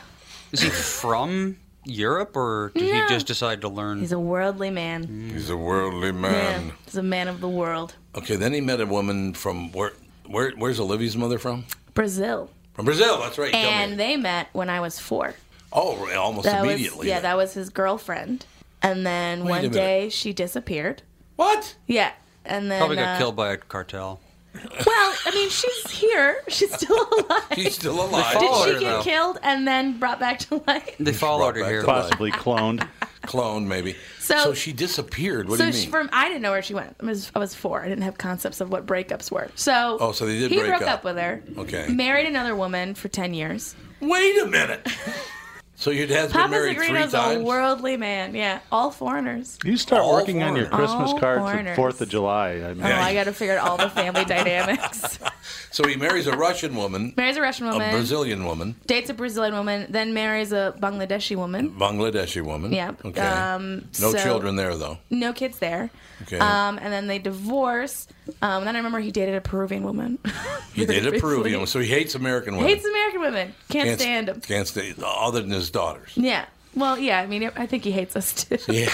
S9: Is he from Europe or did
S13: No.
S9: he just decide to learn?
S13: he's a worldly man.
S3: He's a worldly man.
S13: Yeah, he's a man of the world.
S3: Okay, then he met a woman from where? Where? Where's Olivia's mother from?
S13: Brazil.
S3: From Brazil. That's right. you told me.
S13: and they met when I was four.
S3: oh, right, almost
S13: That was-
S3: immediately.
S13: yeah, that was his girlfriend. And then
S9: Wait a
S13: one
S9: minute.
S13: day she disappeared.
S3: What?
S13: Yeah. And then
S9: Probably got
S13: uh,
S9: killed by a
S13: [laughs]
S9: cartel.
S13: Well, I mean, she's here. She's still [laughs] alive.
S9: He's
S3: still
S9: alive.
S13: Did she get killed and then brought back to life?
S9: They followed her
S3: back
S9: here.
S3: to
S2: Possibly cloned.
S3: [laughs] cloned, maybe.
S13: So-
S3: she disappeared. What
S13: so
S3: do you mean?
S13: she- from I didn't know where she went. I was, I was four. I didn't have concepts of what breakups were. So
S3: Oh, so they did
S13: he
S3: break
S13: broke
S3: up.
S13: up. with her.
S3: Okay.
S13: Married another woman for ten years.
S3: Wait a minute. so your dad's been
S13: Papa
S3: married three
S13: Zagrino's a
S3: times.
S13: worldly man. Yeah, all foreigners.
S2: You start
S3: All
S2: working on your
S13: foreigners.
S2: Christmas
S13: All
S2: cards
S13: foreigners.
S2: at Fourth of July. I mean,
S13: Oh, I got to figure out all
S3: [laughs]
S13: the family dynamics.
S3: So he marries a Russian woman,
S13: Marries a Russian woman,
S3: a Brazilian woman,
S13: dates a Brazilian woman, then marries a Bangladeshi
S3: Mm.
S13: woman.
S3: Bangladeshi woman.
S13: Yep.
S3: Okay.
S13: Um,
S3: no
S13: so-
S3: children there though.
S13: No kids there.
S3: Okay.
S13: Um, and then they divorce. Um, then I remember he dated a Peruvian woman. [laughs]
S3: He
S13: very
S3: dated a Peruvian,
S13: [laughs] briefly.
S3: so he hates American women.
S13: Hates American women. Can't,
S3: Can't-
S13: stand them.
S3: Can't stand other than his
S13: [laughs]
S3: daughters.
S13: Yeah. Well, yeah. I mean, I think he hates us too. Uh,
S3: Yeah. [laughs]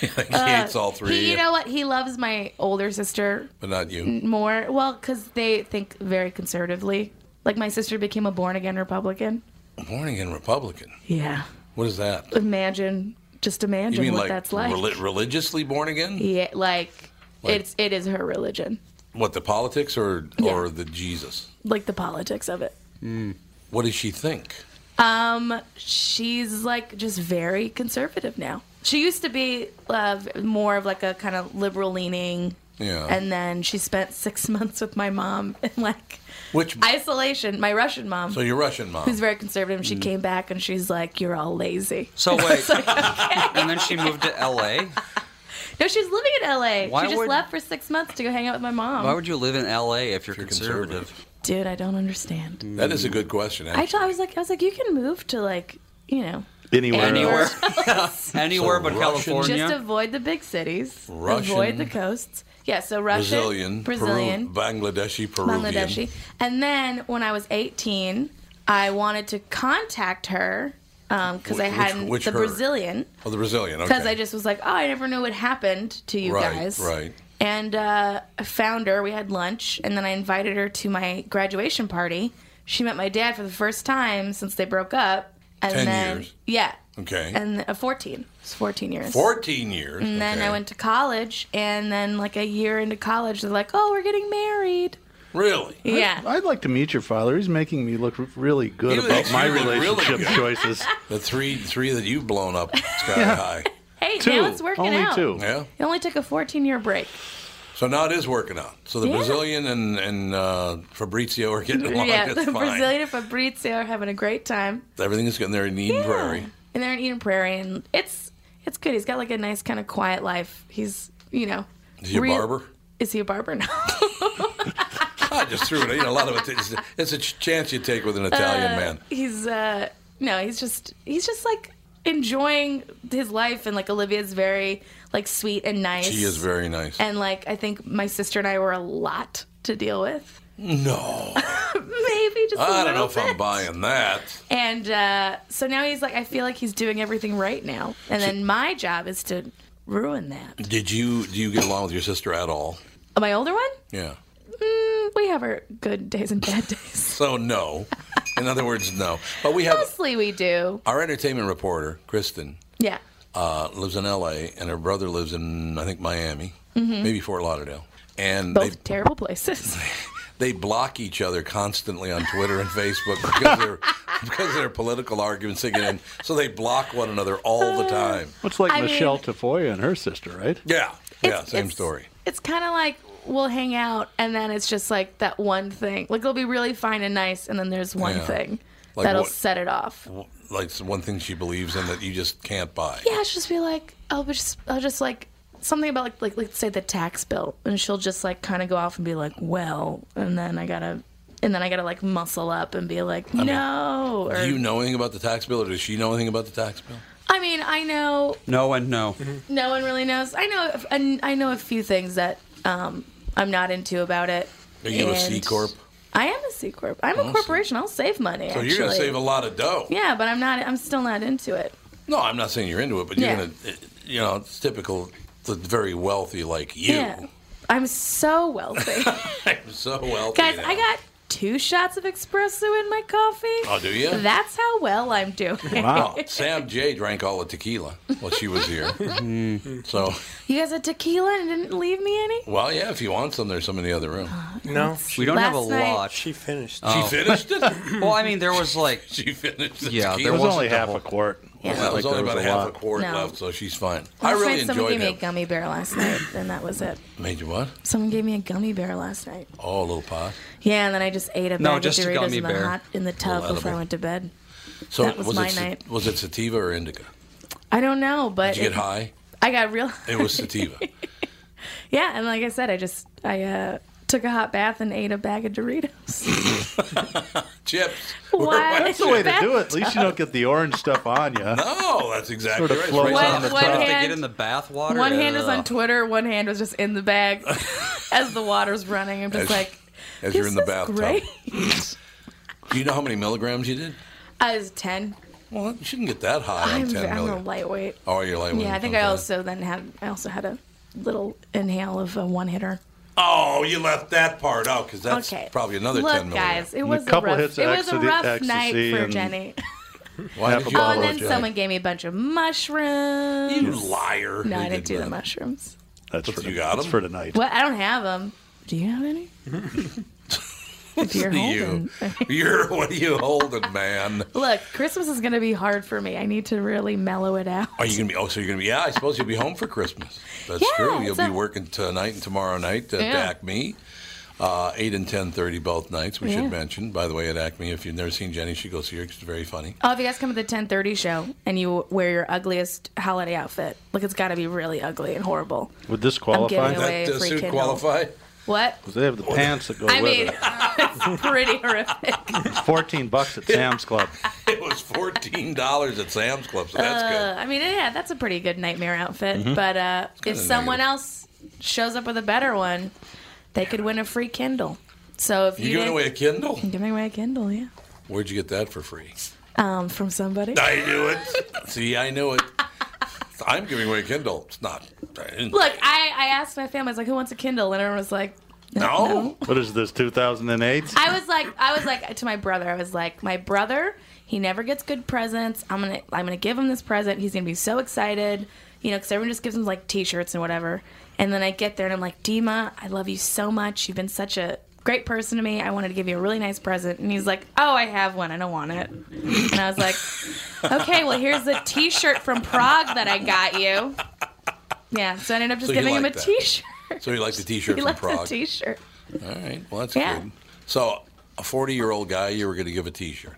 S3: he
S13: [laughs]
S3: hates all three.
S13: He, you know what? He loves my older sister
S3: but not you.
S13: more. Well, because they think very conservatively. Like my sister became a born again Republican.
S3: Born again Republican.
S13: Yeah.
S3: What is that?
S13: Imagine, just imagine
S3: you mean
S13: what
S3: like,
S13: that's like.
S3: reli- religiously born again?
S13: Yeah, like,
S3: Like-
S13: it's it is her religion,
S3: What the politics or or the Jesus?
S13: like the politics of it.
S3: What does she think?
S13: Um, she's like just very conservative now. She used to be uh, more of like a kind of liberal leaning,
S3: Yeah.
S13: and then she spent six [laughs] months with my mom [laughs] in like
S3: Which
S13: isolation. My Russian mom.
S3: so your Russian mom? Mm.
S13: Who's very conservative, and she came back [laughs] and she's like, "You're all lazy." Um,
S9: So wait, and then she moved to L.A.
S13: No, she's living in L.A.
S9: Why
S13: she just
S9: would-
S13: left for six months to go hang out with my mom.
S9: Why would you live in L.A. if you're, conservative?
S13: Dude, I don't understand.
S3: That is a good question. eh?
S13: I, thought I was like, I was like, you can move to like, you know,
S3: Anywhere
S13: [laughs]
S9: anywhere, [laughs]
S13: else.
S9: anywhere but
S3: Russian-
S9: California.
S13: just avoid the big cities,
S3: Russian.
S13: avoid the coasts. Yeah, so
S3: Brazilian,
S13: Russian, Brazilian,
S3: Peru, Bangladeshi, Peruvian.
S13: Bangladeshi. And then when I was 18, I wanted to contact her because
S3: Wh-
S13: I
S3: which-
S13: hadn't
S3: which
S13: the
S3: her?
S13: Brazilian
S3: Oh, the Brazilian.
S13: because
S3: Okay.
S13: I just was like, oh, I never knew what happened to you
S3: right,
S13: guys.
S3: Right.
S13: And uh, I found her. We had lunch, and then I invited her to my graduation party. She met my dad for the first time since they broke up. And
S3: 10
S13: then,
S3: years.
S13: Yeah.
S3: Okay.
S13: And uh, 14. It's 14 years.
S3: 14 years.
S13: And then
S3: okay.
S13: I went to college, and then like a year into college, they're like, "Oh, we're getting married."
S3: Really?
S13: Yeah.
S2: I'd like to meet your father. He's making me look r- really good
S3: You-
S2: about my
S3: you look really
S2: relationship
S13: [laughs]
S3: good.
S2: choices.
S3: The three three that you've
S2: [laughs]
S3: blown up sky
S2: Yeah.
S3: high.
S13: Hey,
S2: Two.
S13: now it's working
S3: Only
S13: out.
S3: two. Yeah.
S13: It only took a 14 year break.
S3: [laughs] So now it is working out. So the
S13: Yeah.
S3: Brazilian and and uh, Fabrizio are getting along.
S13: [laughs] yeah,
S3: it's
S13: the
S3: fine.
S13: Brazilian and Fabrizio are having a great time,
S3: Everything is good. They're in Eden Prairie.
S13: and they're in Eden Prairie, and it's it's good. He's got like a nice kind of quiet life. He's you know.
S3: Is he a
S13: real- [laughs]
S3: barber?
S13: Is he a barber now?
S3: I just threw it. You know, a lot of it. It's, it's a ch- chance you take with an Italian
S13: Uh,
S3: man.
S13: He's uh no, he's just he's just like enjoying his life, and like Olivia's very like sweet and nice.
S3: She is very nice.
S13: And like I think my sister and I were a lot to deal with.
S3: No,
S13: Maybe just a
S3: I don't know
S13: little
S3: if I'm
S13: bit.
S3: buying that.
S13: And uh, so now he's like, I feel like he's doing everything right now, and then my job is to ruin that.
S3: Did you do you get along with your sister at all?
S13: My older one,
S3: Yeah.
S13: mm, we have our good days and bad days.
S3: So no. In other words, no. But [laughs] we have
S13: Mostly we do.
S3: our entertainment reporter Kristen
S13: Yeah.
S3: uh, lives in L.A. and her brother lives in I think Miami,
S13: Mhm.
S3: maybe Fort Lauderdale. And
S13: Both
S3: they
S13: terrible places.
S3: they block each other constantly on Twitter and Facebook because
S13: [laughs]
S3: they're because they're political arguments again. So they block one another all the time.
S2: It's like
S13: I mean-
S2: Michelle Tafoya and her sister, right?
S3: [laughs] Yeah.
S2: Yeah,
S3: same story.
S13: it's kind of like we'll hang out and then it's just like that one thing like they'll be really fine and nice and then there's one
S3: Yeah.
S13: thing
S3: Like
S13: that'll
S3: what?
S13: set it off
S3: Like it's one thing she believes in that you just can't buy.
S13: yeah she'll just be like i'll be just i'll just like something about like like let's say the tax bill and she'll just like kind of go off and be like well and then i gotta and then i gotta like muscle up and be like
S3: mean,
S13: no Oh, or,
S3: Do you know anything about the tax bill, or does she know anything about the tax bill?
S13: i mean i know
S9: No and no.
S13: no one really knows i know a- and i know a few things that um i'm not into about it
S3: Are you a C
S13: And-
S3: corp?
S13: I am a C corp. I'm a
S3: Awesome.
S13: corporation. I'll save money.
S3: So
S13: actually.
S3: you're going to save a lot of dough.
S13: Yeah, but I'm not. I'm still not into it.
S3: No, I'm not saying you're into it, but you're
S13: Yeah.
S3: going to, you know, it's typical. The very wealthy like you,
S13: Yeah, I'm so wealthy,
S3: [laughs] I'm so wealthy.
S13: guys.
S3: now.
S13: I got two shots of espresso in my coffee.
S3: Oh, do ya?
S13: That's how well I'm doing.
S3: Well, Sam J drank all the tequila while she
S9: [laughs]
S3: was here.
S9: Mm-hmm.
S3: so,
S13: [laughs] you guys had tequila and didn't leave me any.
S3: well, yeah, if you want some, there's some in the other room.
S1: No,
S9: We don't have a
S13: Uh, Last night-
S9: lot.
S1: She finished.
S9: Oh.
S3: She finished it?
S9: well, I mean, there was like
S3: [laughs] she finished
S9: [laughs]
S3: the
S9: yeah,
S3: tequila.
S9: there
S3: It was
S9: wasn't
S3: only
S9: the
S3: half
S9: whole-
S3: a quart. Yeah, there's only about a half a quart
S13: No.
S3: left, so she's fine. I
S13: Last
S3: really
S13: night someone
S3: enjoyed
S13: gave me
S3: him.
S13: a gummy bear last night, and that was it.
S3: Made you what?
S13: Someone gave me a gummy bear last night.
S3: Oh, a little pot.
S13: Yeah, and then I just ate a bag
S3: No,
S13: of
S3: just a
S13: Doritos
S3: gummy
S13: in the
S3: bear.
S13: hot in the tub
S3: Little
S13: before I
S3: edible.
S13: went to bed.
S3: So
S13: that was,
S3: was
S13: my
S3: it sa-
S13: night.
S3: was it sativa or indica?
S13: I don't know, but
S3: Did you get
S13: it-
S3: high?
S13: I got real. [laughs]
S3: It was sativa.
S13: Yeah, and like I said, I just I uh, took a hot bath and ate a bag of Doritos.
S2: [laughs]
S3: Chips.
S13: Why?
S2: That's the way to do it. At least you don't get the orange stuff on you.
S3: No, that's exactly
S2: sort of
S3: right.
S2: Floats
S3: One-
S2: on the
S13: one
S2: top.
S13: They get hand- in
S9: the bath water.
S13: One hand was on Twitter, one hand was just in
S3: [laughs]
S13: the bag as the water's running. I'm
S3: As-
S13: just like,
S3: as you're
S13: this
S3: in the
S13: is
S3: bathtub.
S13: Great.
S3: Do you know how many milligrams you did?
S13: I was ten.
S3: Well, you shouldn't get that high
S13: I'm,
S3: on 10
S13: I'm a
S3: milligrams.
S13: lightweight.
S3: Oh, you're lightweight.
S13: yeah, I think I
S3: Okay.
S13: also then had I also had a little inhale of a one hitter.
S3: Oh, you left that part out because that's
S13: okay,
S3: probably another
S13: Look,
S3: 10 milligrams.
S13: guys, it was a, rough, it was a rough night for Jenny.
S3: Why
S2: Half
S3: did
S2: a
S3: you
S13: Oh,
S3: bottle
S13: and
S3: of
S13: then
S3: Jack?
S13: someone gave me a bunch of mushrooms.
S3: You liar.
S13: No,
S3: Who
S13: I
S3: did
S13: didn't do the
S3: that?
S13: mushrooms.
S2: That's for
S3: you
S2: the,
S3: got
S2: that's
S3: them?
S2: for tonight.
S13: What? I don't have them. Do you have
S3: [laughs]
S13: any? if you're holding.
S3: you. You're what are [laughs] you holding, man?
S13: Look, Christmas is going to be hard for me. I need to really mellow it out.
S3: Are you gonna be? Oh, so you're gonna be? Yeah, I suppose you'll be home for Christmas. That's
S13: Yeah,
S3: true. You'll
S13: so-
S3: be working tonight and tomorrow night at
S13: Yeah.
S3: Acme. uh, eight and ten thirty both nights. We
S13: Yeah.
S3: should mention, by the way, at Acme. If you've never seen Jenny, she goes here. It's very funny. [laughs]
S13: Oh, if you guys come to the 10:30 show and you wear your ugliest holiday outfit, like it's got to be really ugly and horrible.
S2: Would this
S13: I'm giving
S2: qualify?
S13: away a free Kindle. What?
S2: Because they have the pants that go
S13: [laughs] I
S2: with
S13: mean,
S2: it.
S13: it's pretty horrific.
S2: It's Fourteen bucks at Sam's Club.
S3: It was fourteen dollars at Sam's Club, so [laughs] that's good.
S13: Uh, I mean, yeah, that's a pretty good nightmare outfit.
S3: Mhm.
S13: But uh, if
S3: kinda
S13: someone else shows up with a better one, they could win a free Kindle. So if you
S3: You giving
S13: didn't-
S3: away a Kindle?
S13: I'm giving away a Kindle, yeah.
S3: Where'd you get that for free?
S13: Um, from somebody.
S3: I knew it. See, I knew it. I'm giving away a Kindle. It's not. I didn't-
S13: Look, I, I asked my family, I was like, who wants a Kindle? And everyone was like,
S3: [laughs] No.
S2: What is this? Two thousand and eight.
S13: I was like, I was like to my brother, I was like, my brother, he never gets good presents. I'm gonna, I'm gonna give him this present. He's gonna be so excited, you know, because everyone just gives him like T-shirts and whatever. And then I get there and I'm like, Dima, I love you so much. You've been such a great person to me. I wanted to give you a really nice present. And he's like, Oh, I have one. I don't want it. And I was like, Okay, well here's the T-shirt from Prague that I got you. Yeah. So I ended up just
S3: So he
S13: giving him a
S3: liked that.
S13: T-shirt.
S3: So you like
S13: [laughs]
S3: the T-shirt
S13: he
S3: from
S13: liked
S3: Prague?
S13: the T-shirt.
S3: All right. Well, that's
S13: Yeah.
S3: good. So, a 40 year old guy, you were going to give a t shirt.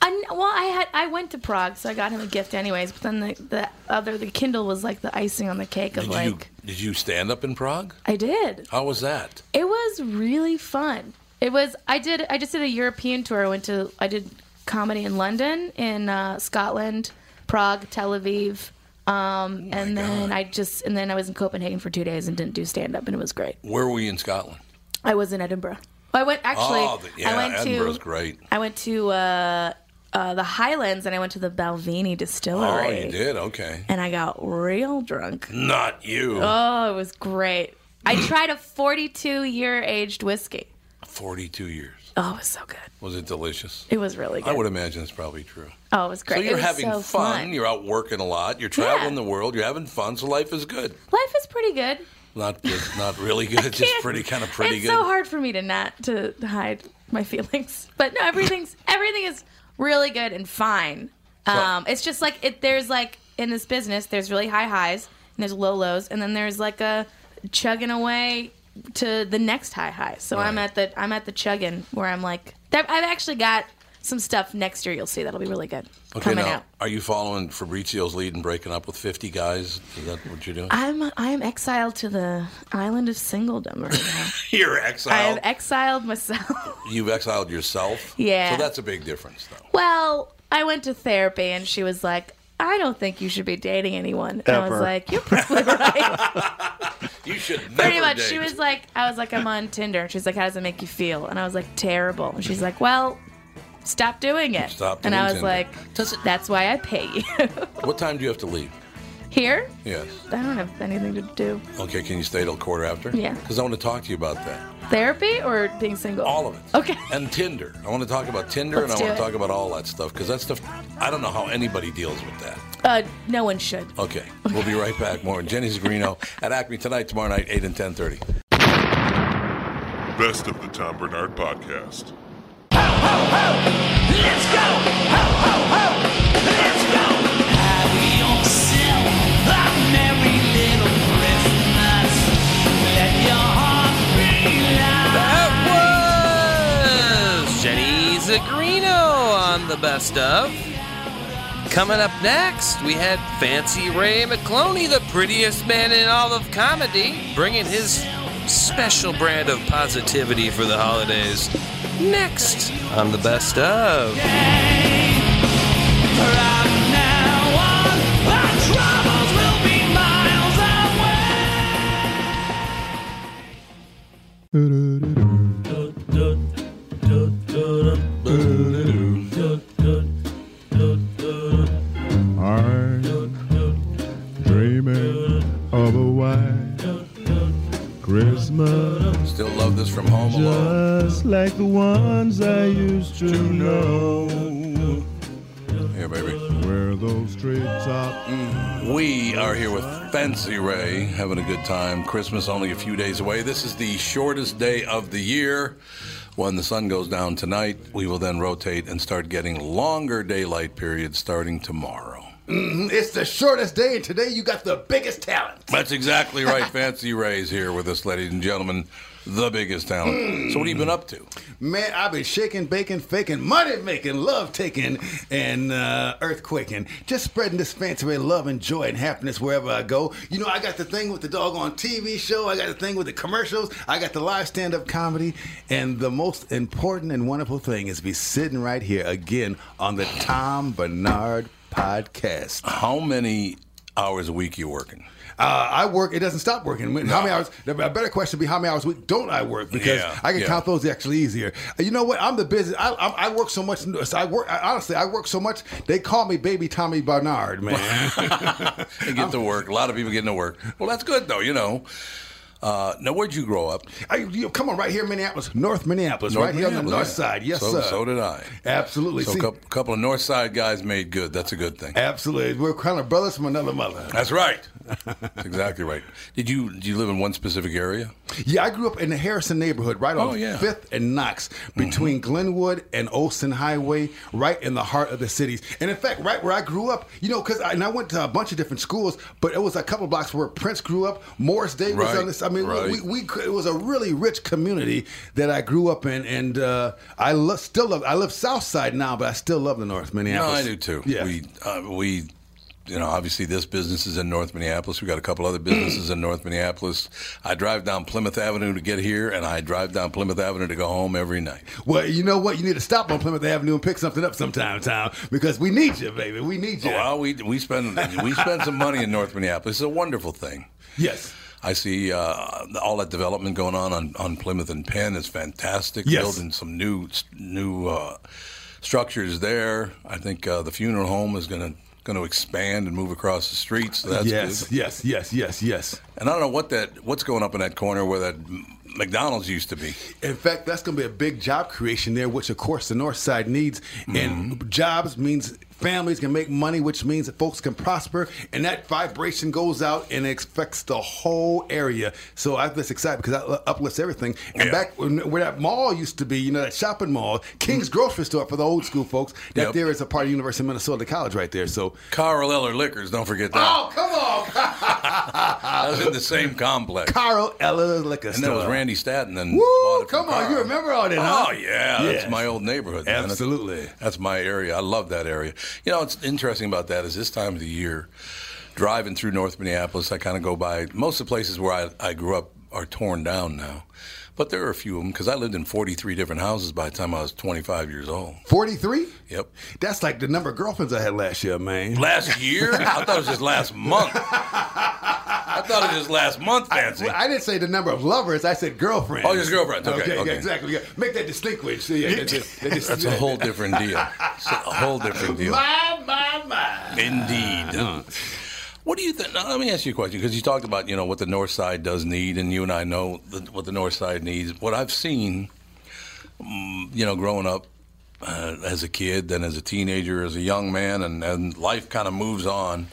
S13: I, well, I had I went to Prague, so I got him a gift anyways. But then the, the other the Kindle was like the icing on the cake of
S3: Did
S13: like
S3: you did you stand up in Prague?
S13: I did.
S3: How was that?
S13: It was really fun. It was I did I just did a European tour. I went to I did comedy in London, in uh, Scotland, Prague, Tel Aviv,
S3: Oh
S13: um, and then I just and then I was in Copenhagen for two days and didn't do stand up, and it was great.
S3: Where were you in Scotland?
S13: I was in Edinburgh. I went actually.
S3: oh, the, yeah,
S13: I went
S3: Edinburgh's
S13: to
S3: great.
S13: I went to uh, uh, the Highlands and I went to the Balvenie
S3: Oh,
S13: Distillery.
S3: you did? Okay.
S13: And I got real drunk.
S3: Not you.
S13: Oh, it was great.
S3: [clears throat]
S13: I tried a 42 year aged whiskey.
S3: 42 years.
S13: Oh, it was so good.
S3: Was it delicious?
S13: It was really good.
S3: I would imagine it's probably true.
S13: Oh, it was great.
S3: So
S13: It
S3: you're
S13: was
S3: having
S13: so
S3: fun.
S13: fun.
S3: You're out working a lot. You're
S13: Yeah.
S3: traveling the world. You're having fun. So life is good.
S13: Life is pretty good.
S3: Not good. Not really good.
S13: [laughs]
S3: It's just
S13: can't-
S3: pretty kind of pretty
S13: it's
S3: good.
S13: so hard for me to not to hide my feelings, [laughs] but no, everything's everything is really good and fine. Um, it's just like it. There's like in this business, there's really high highs and there's low lows, and then there's like a chugging away to the next high high. So I'm
S3: Right.
S13: at the I'm at the chugging where I'm like that, I've actually got some stuff next year. You'll see that'll be really good
S3: Okay,
S13: coming
S3: now
S13: out.
S3: are you following Fabrizio's lead and breaking up with 50 guys? Is that what you're doing?
S13: I'm I'm exiled to the island of singledom right now.
S3: [laughs] you're
S13: I
S3: exiled.
S13: [laughs] have exiled myself.
S3: You've exiled yourself.
S13: Yeah.
S3: So that's a big difference, though.
S13: Well, I went to therapy and she was like, I don't think you should be dating anyone. And I was
S3: Ever.
S13: like, You're probably
S3: You should [laughs] never
S13: pretty much.
S3: date.
S13: She was like, I was like, I'm on Tinder. She's like, How does it make you feel? And I was like, Terrible. And she's like, Well, stop doing it.
S3: Stop
S13: and
S3: doing
S13: I was
S3: Tinder.
S13: like, That's why I pay you. [laughs]
S3: What time do you have to leave?
S13: Here?
S3: Yes.
S13: I don't have anything to do.
S3: Okay, can you stay till quarter after?
S13: Yeah.
S3: Because I want to talk to you about that.
S13: [laughs] Therapy or being single?
S3: All of it.
S13: Okay.
S3: And Tinder. I want to talk about Tinder and
S13: Let's
S3: I want
S13: do
S3: to
S13: it.
S3: talk about all that stuff because that stuff, I don't know how anybody deals with that.
S13: Uh, no one should.
S3: Okay, we'll be right back. More Jenny's Greeno at Acme tonight, tomorrow night, 8 and 10.30.
S11: Best of the Tom Bernard Podcast.
S15: Let's go! Ho, ho, ho! Let's go! Carry yourself a merry little Christmas. Let your heart be loud.
S7: was Jenny Zagrino on the best of. Coming up next, we had Fancy Ray McCloney, the prettiest man in all of comedy, bringing his special brand of positivity for the holidays. Next on the best of.
S15: Our troubles will be miles away.
S12: I'm dreaming of a white Christmas.
S3: Still love this from Home Alone.
S12: Just like the ones I used to know.
S3: Here, baby.
S12: Where those treetops.
S3: Mm. We are here with Fancy Ray, having a good time. Christmas only a few days away. This is the shortest day of the year. When the sun goes down tonight, we will then rotate and start getting longer daylight periods starting tomorrow.
S16: Mhm, It's the shortest day, and today you got the biggest talent.
S3: That's exactly right. Fancy Ray's here with us, ladies and gentlemen. The biggest talent. So, what have you been up to?
S16: Man, I've been shaking, baking, faking, money making, love taking, and uh, earthquaking. Just spreading this fancy love and joy and happiness wherever I go. You know, I got the thing with the doggone TV show. I got the thing with the commercials. I got the live stand up comedy. And the most important and wonderful thing is be sitting right here again on the Tom Bernard podcast.
S3: How many hours a week you working?
S16: Uh, I work. It doesn't stop working. When- How many hours? A better question would be how many hours a week don't I work? Because
S3: Yeah,
S16: I can
S3: yeah.
S16: count those actually easier. Uh, You know what? I'm the business. I, I, I work so much. I work I, honestly. I work so much. They call me Baby Tommy Barnard, man.
S3: They get to work. A lot of people get to work. Well, that's good though. You know. Uh, now, where'd you grow up?
S16: I, you, come on, right here, in Minneapolis, North Minneapolis, right here on the north
S3: Minneapolis, yeah.
S16: side. Yes,
S3: so,
S16: sir.
S3: So did I.
S16: Absolutely.
S3: So
S16: See-
S3: a cou- couple of north side guys made good. That's a good thing.
S16: Absolutely, we're kind of brothers from another mother.
S3: That's right. That's exactly right. Did you did you live in one specific area?
S16: Yeah, I grew up in the Harrison neighborhood, right on
S3: Oh, yeah. Mm-hmm.
S16: Fifth and Knox, between Glenwood and Olson Highway, right in the heart of the cities. And in fact, right where I grew up, you know, because I, and I went to a bunch of different schools, but it was a couple blocks where Prince grew up, Morris Day was
S3: Right,
S16: on this. I mean,
S3: right.
S16: we, we it was a really rich community that I grew up in, and uh, I lo- still love. I live South Side now, but I still love the North
S3: No,
S16: Minneapolis.
S3: I do too. We uh, we you know obviously this business is in North Minneapolis. We got a couple other businesses in North Minneapolis. I drive down Plymouth Avenue to get here, and I drive down Plymouth Avenue to go home every night.
S16: Well, you know what? You need to stop on Plymouth Avenue and pick something up sometime, Tom, because we need you, baby. We need you.
S3: Well, Oh, we we spend we spend some money in North Minneapolis. It's a wonderful thing.
S16: Yes.
S3: I see uh, all that development going on, on on Plymouth and Penn is fantastic.
S16: Yes.
S3: Building some new new uh, structures there. I think uh, the funeral home is going to going to expand and move across the street. So that's
S16: yes,
S3: good.
S16: yes, yes, yes, yes.
S3: And I don't know what that what's going up in that corner where that M- McDonald's used to be.
S16: In fact, that's going to be a big job creation there, which of course the North Side needs.
S3: Mm-hmm.
S16: And jobs means families can make money, which means that folks can prosper. And that vibration goes out and it affects the whole area. So I'm just excited because that uplifts everything. And back when, where that mall used to be, you know, that shopping mall, King's Grocery Store for the old school folks, that
S3: Mm-hmm. Yep.
S16: there is a part of University of Minnesota College right there. So
S3: Carl Eller Liquors, don't forget that.
S16: Oh,
S3: [laughs]
S16: come on.
S3: I was in the same complex.
S16: Carl Eller Liquor
S3: and that was
S16: Store.
S3: Randy Staten. And
S16: Woo, come on. You remember all that, huh?
S3: Oh yeah,
S16: Yes.
S3: that's my old neighborhood. man. That's-
S16: Absolutely.
S3: that's my area. I love that area. You know, what's interesting about that is this time of the year, driving through North Minneapolis, I kind of go by most of the places where I, I grew up are torn down now, but there are a few of them because I lived in 43 different houses by the time I was 25 years old.
S16: 43?
S3: Yep.
S16: That's like the number of girlfriends I had last year, man.
S3: Last
S16: [laughs]
S3: year? I thought it was just last month. I thought it was just last month, Nancy.
S16: I didn't say the number of lovers. I said girlfriends.
S3: Oh, just girlfriends. Okay,
S16: yeah,
S3: okay.
S16: exactly. Yeah. Make that distinguish. So, yeah, that's, it. That dis-
S3: [laughs] That's a whole different
S16: [laughs]
S3: deal. It's a whole different deal.
S16: My, my, my.
S3: Indeed. Uh, What do you think? Now, let me ask you a question because you talked about you know what the North Side does need, and you and I know the, what the North Side needs. What I've seen, mm, you know, growing up uh, as a kid, then as a teenager, as a young man, and, and life kind of moves on.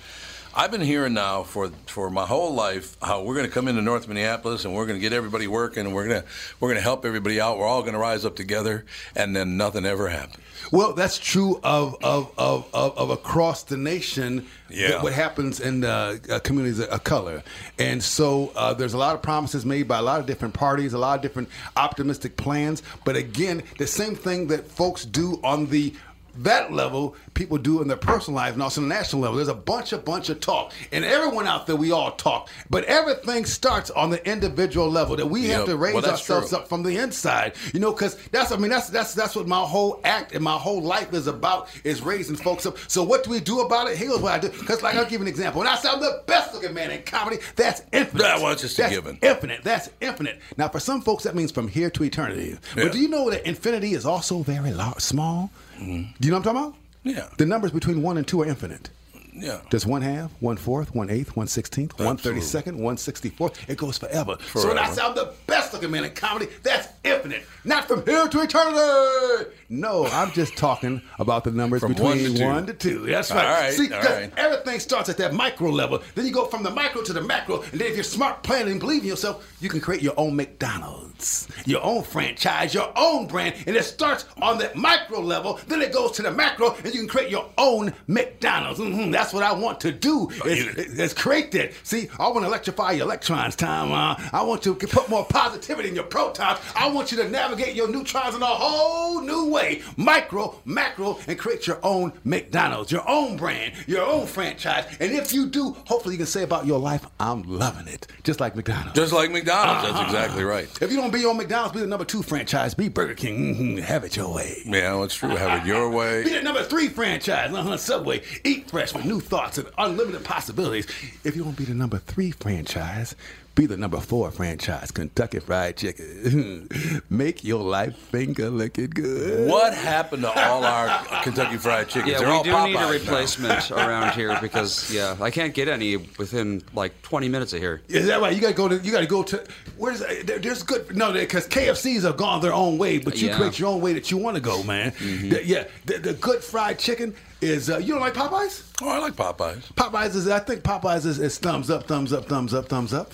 S3: I've been hearing now for, for my whole life how we're going to come into North Minneapolis and we're going to get everybody working and we're going to we're going to help everybody out. We're all going to rise up together, and then nothing ever happened.
S16: Well, that's true of of of of, of across the nation.
S3: Yeah.
S16: what- What happens in uh, uh, communities of color, and so uh, there's a lot of promises made by a lot of different parties, a lot of different optimistic plans. But again, the same thing that folks do on the that level, people do in their personal life and also the national level. There's a bunch, a bunch of talk, and everyone out there, we all talk. But everything starts on the individual level that we have
S3: Yep.
S16: to raise
S3: Well, that's
S16: ourselves
S3: true.
S16: up from the inside. You know, because that's I mean that's that's that's what my whole act and my whole life is about is raising folks up. So what do we do about it? Here's what I do. Because like I'll give you an example. When I say I'm the best looking man in comedy, that's infinite.
S3: That was just a
S16: that's
S3: given.
S16: Infinite. That's infinite. Now for some folks that means from here to eternity.
S3: Yeah.
S16: But do you know that infinity is also very large, small? Do you know what I'm talking about?
S3: Mm-hmm. Yeah.
S16: The numbers between one and two are infinite.
S3: Yeah.
S16: There's one half, one fourth, one eighth, one sixteenth, one thirty second, one sixty fourth. It goes forever. So when I
S3: Forever.
S16: say I'm the best looking man in comedy, that's infinite. Not from here to eternity. No, I'm just talking about the numbers
S3: From one
S16: between
S3: to two.
S16: two. That's
S3: All
S16: right.
S3: right,
S16: See,
S3: all
S16: 'cause
S3: right.
S16: everything starts at that micro level. Then you go from the micro to the macro, and then if you're smart, planning, and believe in yourself, you can create your own McDonald's, your own franchise, your own brand, and it starts on that micro level. Then it goes to the macro, and you can create your own McDonald's. Mhm, that's that's what I want to do. Is, is create that. See, I want to electrify your electrons, Tom. Uh, I want to put more positivity in your protons. I want you to navigate your neutrons in a whole new way, micro, macro, and create your own McDonald's, your own brand, your own franchise. And if you do, hopefully you can say about your life, I'm loving it, just like McDonald's.
S3: Just like McDonald's, that's exactly right.
S16: If you don't be on McDonald's, be the number two franchise. Be Burger King. hmm have it your way.
S3: Yeah, well, it's true. Have it your way.
S16: Be the number three franchise on Subway. Eat fresh with new thoughts and unlimited possibilities. If you want to be the number three franchise, be the number four franchise, Kentucky Fried Chicken. [laughs] Make your life finger looking good.
S3: What happened to all our Kentucky Fried Chickens?
S9: Yeah,
S3: They're
S9: we
S3: all
S9: do need a
S3: Popeyes now. [laughs]
S9: replacement around here because yeah, I can't get any within like 20 minutes of here.
S16: Is that right? You gotta go to. You gotta go to. Where's there, there's good? No, because KFCs have gone their own way, but you
S9: Yeah.
S16: create your own way that you want to go, man.
S9: Mhm.
S16: The- yeah, the, the good fried chicken is. Uh, you don't like Popeyes?
S3: Oh, I like Popeyes.
S16: Popeyes is. I think Popeyes is, is thumbs up, thumbs up, thumbs up, thumbs up.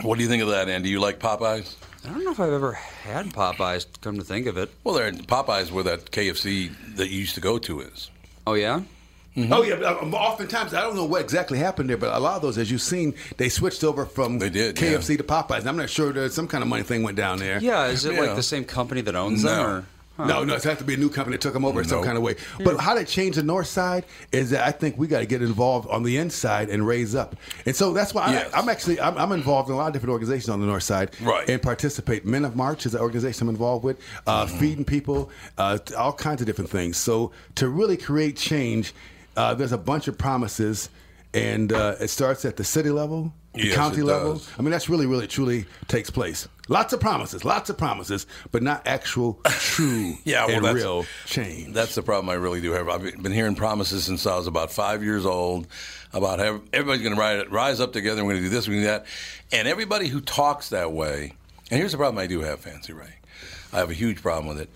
S3: What do you think of that, Andy? You like Popeyes?
S9: I don't know if I've ever had Popeyes. Come to think of it.
S3: Well, they're Popeyes where that KFC that you used to go to is.
S9: Oh yeah.
S16: Oh yeah, but, um, oftentimes I don't know what exactly happened there, but a lot of those, as you've seen, they switched over from they did, KFC to Popeyes. And I'm not sure there's some kind of money thing went down there.
S9: Yeah, is it like the same company that owns them?
S16: No.
S9: Or,
S16: No, no, it's had to be a new company that took them over in some
S9: Nope.
S16: kind of way. But how to change the north side is that I think we got to get involved on the inside and raise up. And so that's why
S3: Yes.
S16: I, I'm actually I'm, I'm involved in a lot of different organizations on the north side,
S3: Right.
S16: And participate. Men of March is the organization I'm involved with, uh,
S3: Mm-hmm.
S16: feeding people, uh, all kinds of different things. So to really create change, uh, there's a bunch of promises, and uh, it starts at the city level, the
S3: Yes,
S16: county
S3: it
S16: level.
S3: does.
S16: I mean, that's really, really, truly takes place. Lots of promises, lots of promises, but
S3: [laughs]
S16: not actual, true,
S3: Yeah, well,
S16: and
S3: that's,
S16: real change.
S3: That's the problem I really do have. I've been hearing promises since I was about five years old about how everybody's going to rise, rise up together. and We're going to do this, we're going to do that. And everybody who talks that way, and here's the problem I do have, Fancy Ray. I have a huge problem with it.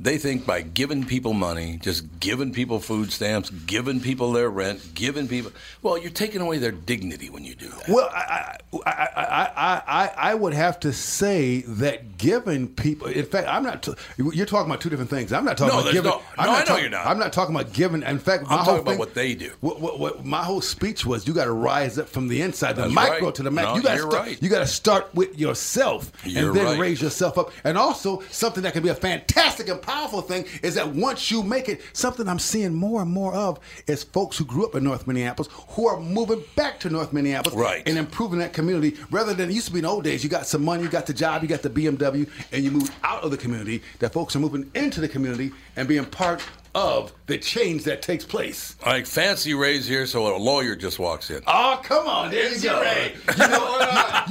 S3: They think by giving people money, just giving people food stamps, giving people their rent, giving people, well, you're taking away their dignity when you do that.
S16: Well, I, I, I, I, I, I would have to say that giving people, in fact, I'm not. T- you're talking about two different things. I'm not talking
S3: No,
S16: about
S3: there's
S16: giving.
S3: no-
S16: I'm
S3: no,
S16: not
S3: I know
S16: talking-
S3: you're not.
S16: I'm not talking about giving. In fact, my
S3: I'm
S16: whole
S3: talking about
S16: thing-
S3: what they do.
S16: What, what, what my whole speech was: you got to rise up from the inside, the
S3: That's
S16: micro
S3: right.
S16: to the macro.
S3: No,
S16: you got to
S3: you're
S16: start,
S3: right.
S16: You got to start with yourself,
S3: You're
S16: and then
S3: right.
S16: raise yourself up. And also, something that can be a fantastic and powerful thing is that once you make it, something I'm seeing more and more of is folks who grew up in North Minneapolis who are moving back to North Minneapolis
S3: Right.
S16: and improving that community rather than it used to be in old days. You got some money, you got the job, you got the BMW, and you moved out of the community. That folks are moving into the community and being part of the change that takes place.
S3: Like fancy Ray's here, so a lawyer just walks in.
S16: Oh, come on, there you go. Ray. You know what?
S17: [laughs]
S16: uh,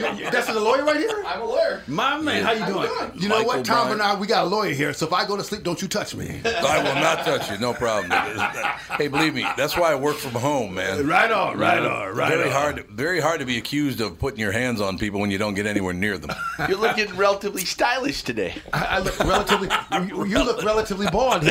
S16: you- you- you- that's the lawyer right here. I'm a lawyer. My man, how you
S3: I'm
S16: doing?
S3: good.
S16: You know
S3: Michael
S16: what, Tom
S3: Bryant.
S16: Bernard? We got a lawyer here, so if I go to sleep, don't you touch me.
S3: I will not touch you. No problem. hey, believe me, that's why I work from home, man.
S16: Right on, right on, right
S3: Very
S16: on.
S3: hard, very hard to be accused of putting your hands on people when you don't get anywhere near them.
S17: You're
S16: [laughs]
S17: looking relatively stylish today.
S16: I, I look relatively. you, you look relatively
S17: [laughs]
S16: bald here. today.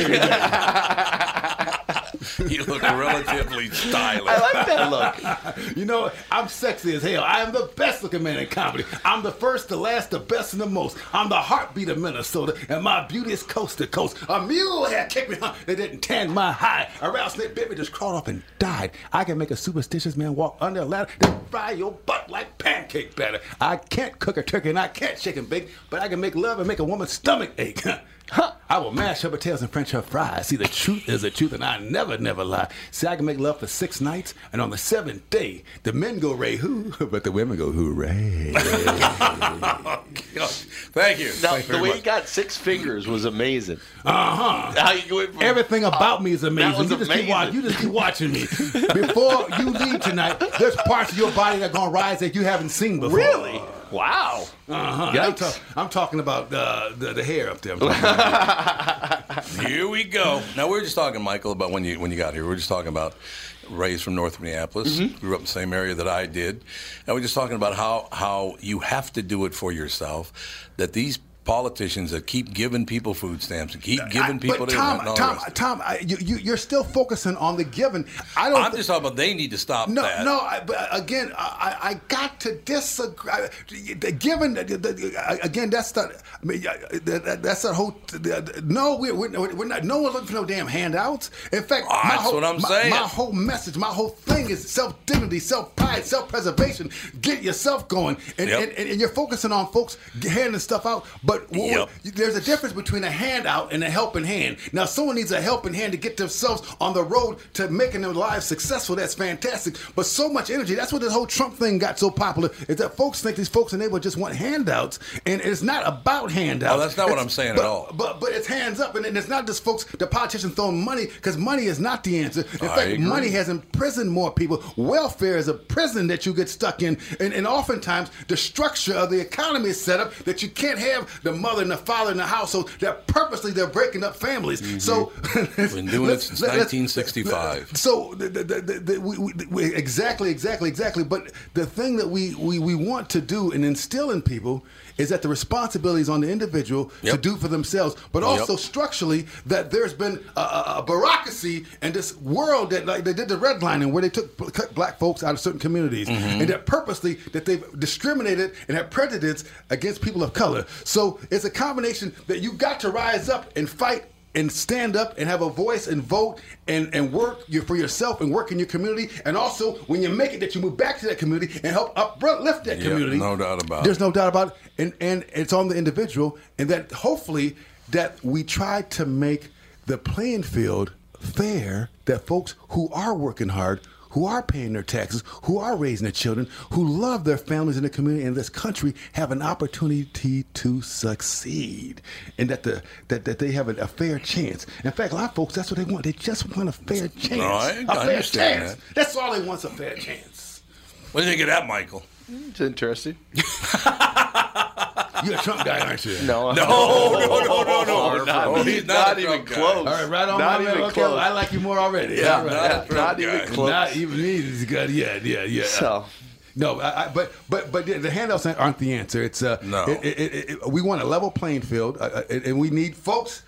S3: You look relatively stylish.
S16: look. you know, I'm sexy as hell. I am the best looking man in comedy. I'm the first, the last, the best, and the most. I'm the heartbeat of Minnesota, and my beauty is coast to coast. A mule had kicked me, huh? They didn't tan my hide. A rattlesnake bit me, just crawled off and died. I can make a superstitious man walk under a ladder, then fry your butt like pancake batter. I can't cook a turkey, and I can't shake and bake, but I can make love and make a woman's stomach ache. Huh. I will mash her potatoes and French her fries. See, the truth is the truth, and I never, never lie. See, I can make love for six nights, and on the seventh day, the men go ray hoo, [laughs] but the women go hooray.
S3: Thank you.
S17: Now, the
S16: Thank you very
S17: way
S16: much.
S17: he got six fingers was amazing.
S16: Uh
S17: How
S16: huh.
S17: you went from-
S16: Everything about me is amazing.
S17: That was
S16: you, just
S17: amazing.
S16: Keep watch, you just keep watching me. Before you leave tonight, there's parts of your body that are going to rise that you haven't seen before.
S17: Really?
S3: Oh.
S17: Wow.
S16: Uh huh. I'm,
S17: Yikes.
S16: ta- I'm talking about uh, the, the hair up there. I'm talking about
S3: Here we go. Now we were just talking, Michael, about when you when you got here. We were just talking about Ray's from North Minneapolis,
S16: Mm-hmm.
S3: grew up in the same area that I did, and we are just talking about how how you have to do it for yourself. That these politicians that keep giving people food stamps and keep
S16: I-
S3: giving people.
S16: But
S3: they
S16: Tom,
S3: want and all the
S16: Tom,
S3: rest.
S16: Tom, I, you, you, you're still focusing on the given. I don't.
S3: I'm
S16: thi-
S3: just talking about they need to stop
S16: no,
S3: that.
S16: no. I, but uh, again, I, I I got to disagree. I- the Given the- the- again, that's not. I mean, uh, that- that's that whole. No, we're, we're, we're not. No one's looking for no damn handouts. In fact, my
S3: that's
S16: whole,
S3: what I'm
S16: my-
S3: saying.
S16: My whole message, my whole thing is self dignity, self pride, self preservation. Get yourself going, and,
S3: Yep.
S16: and, and, and you're focusing on folks handing stuff out. But what-
S3: Yep.
S16: there's a difference between a handout and a helping hand. Now, someone needs a helping hand to get themselves on the road to making their lives successful. That's fantastic. But so much energy. That's what this whole Trump thing got so popular is that folks think these folks in the neighborhood just want handouts, and it's not about handouts.
S3: Oh, that's not what
S16: It's-
S3: I'm saying
S16: but-
S3: at all.
S16: But but it's hands up, and, and it's not just folks. The politicians throwing money because money is not the answer. In
S3: I
S16: fact,
S3: agree.
S16: money has imprisoned more people. Welfare is a prison that you get stuck in, and, and oftentimes the structure of the economy is set up that you can't have the mother and the father in the household. That purposely they're breaking up families. So
S3: Mm-hmm. Been doing it
S16: [laughs] let's-
S3: since
S16: let- let's-
S3: 1965.
S16: so the, the, the, the, we, we, we, exactly, exactly, exactly. But the thing that we, we, we want to do and instill in people is that the responsibility is on the individual to
S3: Yep.
S16: do for themselves, but also
S3: Yep.
S16: structurally that there's been a, a, a bureaucracy in this world that like they did the redlining where they took bl- cut black folks out of certain communities and that purposely that they've discriminated and had prejudice against people of color. So it's a combination that you got to rise up and fight and stand up and have a voice and vote and, and work your, for yourself and work in your community. And also, when you make it, that you move back to that community and help uplift that
S3: Yeah,
S16: community.
S3: no doubt about
S16: There's
S3: it.
S16: no doubt about it. And, and it's on the individual. And that hopefully that we try to make the playing field fair that folks who are working hard, who are paying their taxes, who are raising their children, who love their families and the community and this country have an opportunity to succeed. And that the that, that they have a, a fair chance. In fact, a lot of folks, that's what they want. They just want a fair chance.
S3: No, I-
S16: a
S3: I
S16: fair
S3: understand
S16: chance.
S3: that.
S16: That's all they want's a fair chance.
S3: What do you think of that, Michael?
S17: It's interesting.
S16: [laughs] You're a Trump guy, aren't you?
S17: No,
S3: No, no, no, no, no.
S17: Oh, not,
S3: No, he's
S17: he's
S3: not
S17: not,
S3: a
S17: even
S3: Trump guy.
S17: close.
S16: All right, right on,
S17: Not
S16: my
S17: even
S16: man. Okay,
S17: close.
S16: I like you more already.
S17: Yeah,
S16: All right.
S17: not- Not not even guy. close.
S16: Not even me. He's good. Yeah, yeah, yeah.
S17: So.
S16: No, I, I, but but but the- the handouts aren't the answer. It's uh,
S3: No.
S16: It, it, it, it- we want a level playing field, uh, uh, and and we need folks.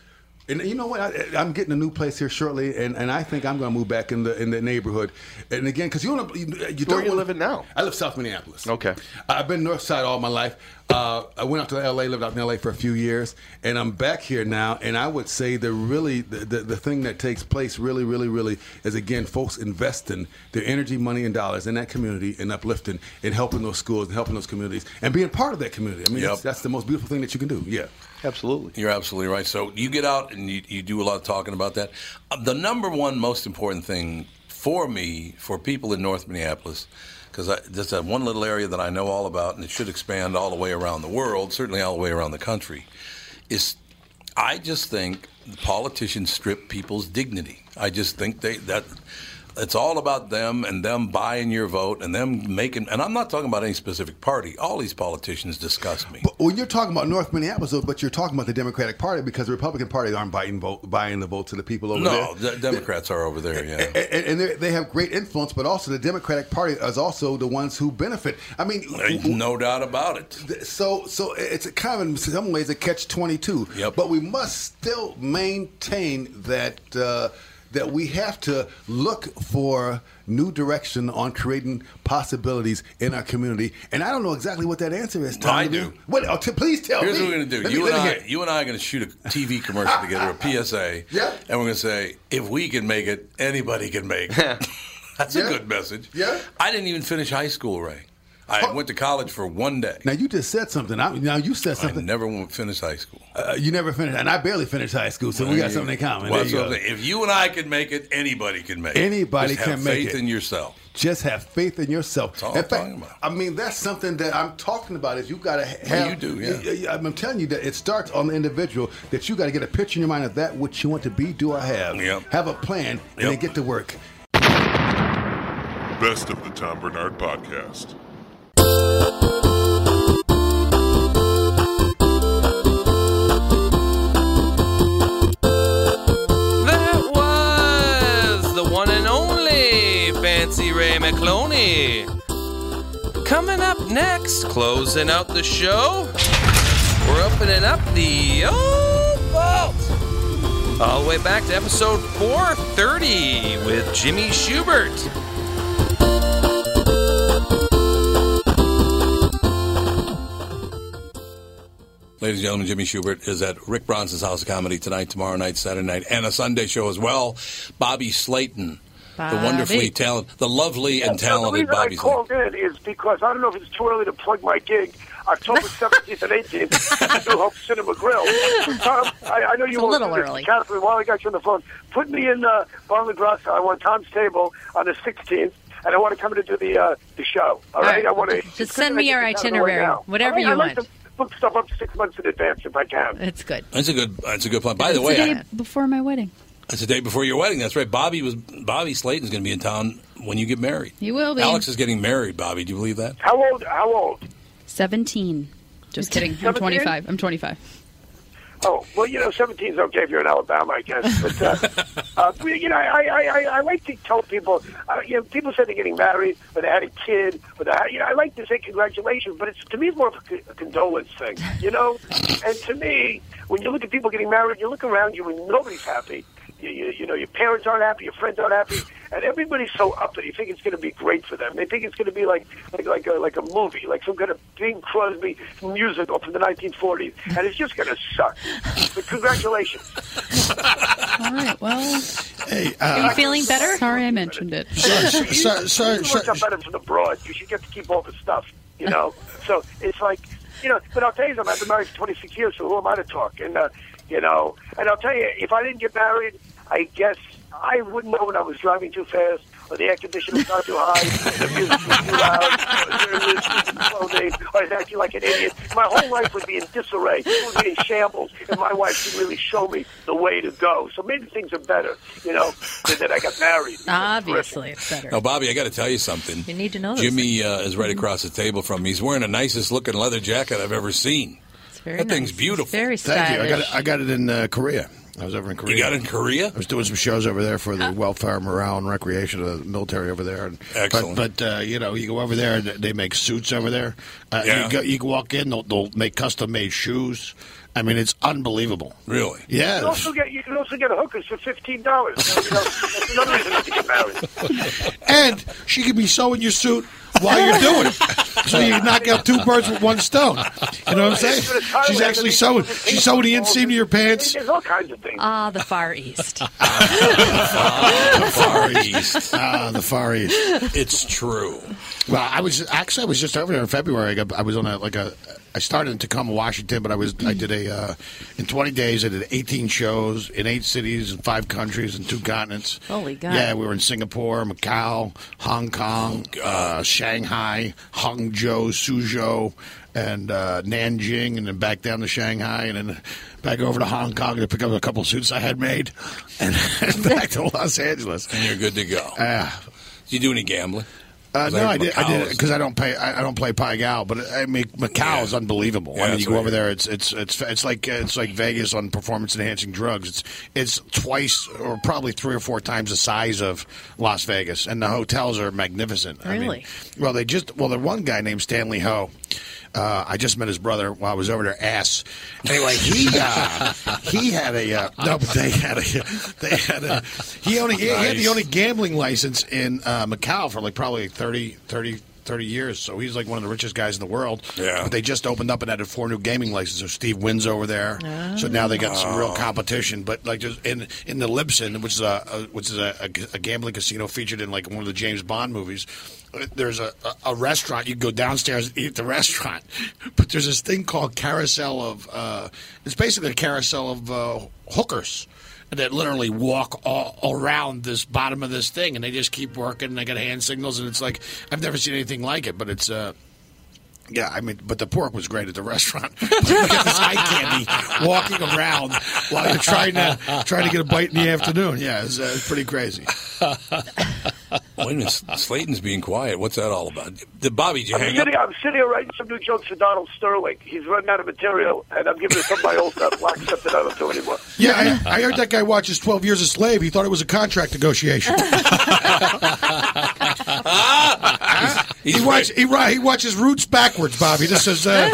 S16: And you know what? I, I'm getting a new place here shortly, and, and I think I'm going to move back in the in the neighborhood. And again, because you don't you, you
S17: Where
S16: don't
S17: you
S16: wanna-
S17: living now?
S16: I live South Minneapolis.
S17: Okay.
S16: I've been North Side all my life. Uh, I went out to L.A., lived out in L.A. for a few years, and I'm back here now. And I would say the really the, the, the thing that takes place really, really, really is again folks investing their energy, money, and dollars in that community and uplifting and helping those schools and helping those communities and being part of that community. I mean,
S3: Yep.
S16: that's, that's the most beautiful thing that you can do. Yeah.
S17: Absolutely.
S3: You're absolutely right. So you get out and you, you do a lot of talking about that. Uh, The number one most important thing for me, for people in North Minneapolis, because that's that one little area that I know all about, and it should expand all the way around the world, certainly all the way around the country, is I just think politicians strip people's dignity. I just think they that it's all about them and them buying your vote and them making. And I'm not talking about any specific party. All these politicians disgust me.
S16: But when you're talking about North Minneapolis, though, but you're talking about the Democratic Party because the Republican Party aren't buying vote, buying the votes of the people over there.
S3: No, the Democrats are over there. Yeah.
S16: [laughs] and, and they're- they have great influence, but also the Democratic Party is also the ones who benefit. I mean,
S3: Ain't no doubt about it.
S16: th- so so it's a kind of in some ways a catch twenty two.
S3: Yep.
S16: But we must still maintain that uh, that we have to look for new direction on creating possibilities in our community. And I don't know exactly what that answer is. Tom.
S3: I do.
S16: What? oh, t- please tell
S3: Here's
S16: me.
S3: what we're going to do.
S16: Let
S3: You
S16: me-
S3: and,
S16: let me
S3: I,
S16: hear it.
S3: you and I are going to shoot a TV commercial together, a PSA.
S16: [laughs] Yeah.
S3: And we're going to say, if we can make it, anybody can make
S16: [laughs]
S3: it. [laughs] That's a good message.
S16: Yeah.
S3: I didn't even finish high school, Ray. I went to college for one day.
S16: Now you just said something. I, now you said
S3: I
S16: something.
S3: never went- finished high school.
S16: Uh, you never finished, and I barely finished high school, so we got something in common.
S3: Well,
S16: There you
S3: that's what
S16: go.
S3: I'm saying. if you and I can make it, anybody can make it.
S16: Anybody
S3: Just have
S16: can make
S3: faith
S16: it.
S3: in yourself.
S16: Just have faith in yourself.
S3: all
S16: in
S3: I'm
S16: fact,
S3: talking about.
S16: I mean, that's something that I'm talking about. Is you got to have.
S3: you do, yeah.
S16: Y- y- I'm telling you that it starts on the individual. That you got to get a picture in your mind of that which you want to be. Do I have?
S11: Yep.
S16: Have a plan and
S11: Yep.
S16: then get to work.
S11: Best of the Tom Bernard Podcast.
S7: That was the one and only Fancy Ray McCloney. Coming up next, closing out the show, We're opening up the old vault all the way back to episode 430 with Jimmy Schubert.
S3: Ladies and gentlemen, Jimmy Schubert is at Rick Bronson's House of Comedy tonight, tomorrow night, Saturday night, and a Sunday show as well. Bobby Slayton, the
S14: Bobby.
S3: wonderfully talented, the lovely and
S14: the reason
S3: talented Bobby
S14: I
S3: Slayton.
S14: called in is because I don't know if it's too early to plug my gig, October
S18: [laughs]
S14: 17th and 18th at the New Hope Cinema Grill. Tom, I, I know
S18: It's
S14: you
S18: a
S14: won't
S18: little
S14: do this,
S18: early.
S14: Catherine, while I got you on the phone, put me in uh, Bar La Grassa. I want Tom's table on the 16th, and I want to come in to do the uh, the show. All right,
S18: right.
S14: I want to
S18: Just send me your itinerary, whatever you
S14: I like
S18: want.
S14: To book stuff up six months in advance if I can.
S18: It's good.
S3: That's a good. That's a good plan. By the
S18: It's
S3: way,
S18: the day
S3: I-
S18: before my wedding.
S3: it's the day before your wedding. That's right. Bobby was Bobby Slayton's going to be in town when you get married.
S18: You will be.
S3: Alex is getting married. Bobby, do you believe that?
S14: How old? How old?
S18: 17. Just kidding. I'm
S14: 17?
S18: 25. I'm 25.
S14: Oh well, you know, seventeen's okay if you're in Alabama, I guess. But
S18: [laughs]
S14: uh, uh, we- you know, I, I, I, I like to tell people. Uh, you know, people say they're getting married or they had a kid, or they had, you know, I like to say congratulations, but it's to me it's more of a, con- a condolence thing, you know. and to me, when you look at people getting married, you look around you and nobody's happy. You, you, you know, your parents aren't happy, your friends aren't happy, and everybody's so up that you think it's going to be great for them. They think it's going to be like like like a, like a movie, like some kind of Bing Crosby musical from the 1940s, and it's just going to suck. But congratulations.
S18: All right. Well,
S19: Hey,
S18: are
S19: uh,
S18: you feeling better? Sorry I mentioned it. [laughs]
S14: You- you worked up better from the broad because you get to keep all the stuff, you know. so it's like, you know. But I'll tell you something. I've been married for 26 years, so who am I to talk? And uh, you know, and I'll tell you, if I didn't get married, I guess I wouldn't know when I was driving too fast, or the air conditioner was not too high, [laughs] or the music was too loud, or the music was too slow, or I was acting like an idiot. My whole life would be in disarray. It would be in shambles, and my wife didn't really show me the way to go. So maybe things are better, you know, than that I got married.
S18: Obviously, it's better.
S3: Now, Bobby, I got to tell you something.
S18: You need to know this.
S3: Jimmy uh, is right
S18: Mm-hmm.
S3: across the table from me. He's wearing the nicest looking leather jacket I've ever seen.
S18: very
S3: that thing's
S18: nice.
S3: beautiful.
S18: It's very
S19: Thank you. I got it,
S3: stylish.
S19: I got it in uh, Korea. I was over in Korea.
S3: You got it in Korea? Ah. I
S19: was doing some shows over there for the welfare, morale, and recreation of the military over there. And,
S3: Excellent.
S19: But, but uh, you know, you go over there and they make suits over there. Uh,
S3: Yeah.
S19: You, go, you can walk in, they'll, they'll make custom made shoes. I mean, it's unbelievable.
S3: Really?
S14: You
S19: Yeah.
S14: can
S3: [laughs]
S14: also get you can also get hookers for fifteen
S19: [laughs]
S14: dollars. You know, that's another reason not to get married.
S19: and she could be sewing your suit while you're doing it. So you knock out two birds with one stone. You know what I'm saying? She's actually sewing. She's sewing the inseam to your pants.
S14: There's all kinds of things.
S18: Ah, the
S19: [laughs]
S18: Far East.
S19: the Far East. Ah, the Far East.
S3: It's true.
S19: Well, I was actually I was just over there in February. I, got, I was on a like a. I started in Tacoma, Washington, but I was I did a uh, in 20 days. I did 18 shows in eight cities in five countries and two continents.
S6: Oh,
S18: Holy God.
S19: Yeah, we were in Singapore, Macau, Hong Kong, uh, Shanghai, Hangzhou, Suzhou, and uh, Nanjing, and then back down to Shanghai, and then back over to Hong Kong to pick up a couple suits I had made, and [laughs] back to Los Angeles.
S3: And you're good to go.
S19: Yeah.
S3: Do you do any gambling?
S19: Uh,
S3: 'Cause
S19: no, I
S3: heard
S19: did. I
S3: Macau
S19: did
S3: is-
S19: because I don't pay. I, I don't play Pai Gal, but uh, I mean Macau is unbelievable.
S3: Yeah,
S19: I mean,
S3: that's
S19: you go
S3: what I
S19: over there, it's it's it's it's like uh, it's like Vegas on performance enhancing drugs. It's it's twice or probably three or four times the size of Las Vegas, and the hotels are magnificent. I mean,
S18: Really?
S19: well, they just well, the one guy named Stanley Ho. Uh, I just met his brother while I was over there. Ass. Anyway, he
S3: [laughs]
S19: uh, he had a uh, no, but they had a they had a he only he had the
S3: Nice.
S19: only gambling license in uh, Macau for like probably 30, 30, 30 years. So he's like one of the richest guys in the world.
S3: Yeah.
S19: But they just opened up and added four new gaming licenses. So Steve wins over there. So now they got some real
S3: Oh.
S19: competition. But like there's- in in the Libsyn, which is a, a which is a, a gambling casino featured in like one of the James Bond movies. uh, There's a, a, a restaurant you go downstairs and eat at the restaurant, [laughs] but there's this thing called carousel of uh, it's basically a carousel of uh, hookers that literally walk all around this bottom of this thing, and they just keep working. and They got hand signals, and it's like I've never seen anything like it. But it's uh, [laughs] yeah, I mean, but the pork was great at the restaurant. [laughs] you get this eye candy walking around while you're trying to trying to get a bite in the afternoon. Yeah, it's uh, pretty crazy.
S3: Wait a minute. Slayton's being quiet. What's that all about? Did Bobby, did you
S14: I'm
S3: hang
S14: sitting,
S3: up?
S14: I'm sitting here writing some new jokes for Donald Sterling. He's running out of material, and I'm giving it some of my old stuff, black stuff that I don't do
S19: [laughs]
S14: anymore.
S19: Yeah, I, I heard that guy watches Twelve Years a Slave. He thought it was a contract negotiation. He, watch, he, ri- he watches Roots backwards, Bob. He just says uh,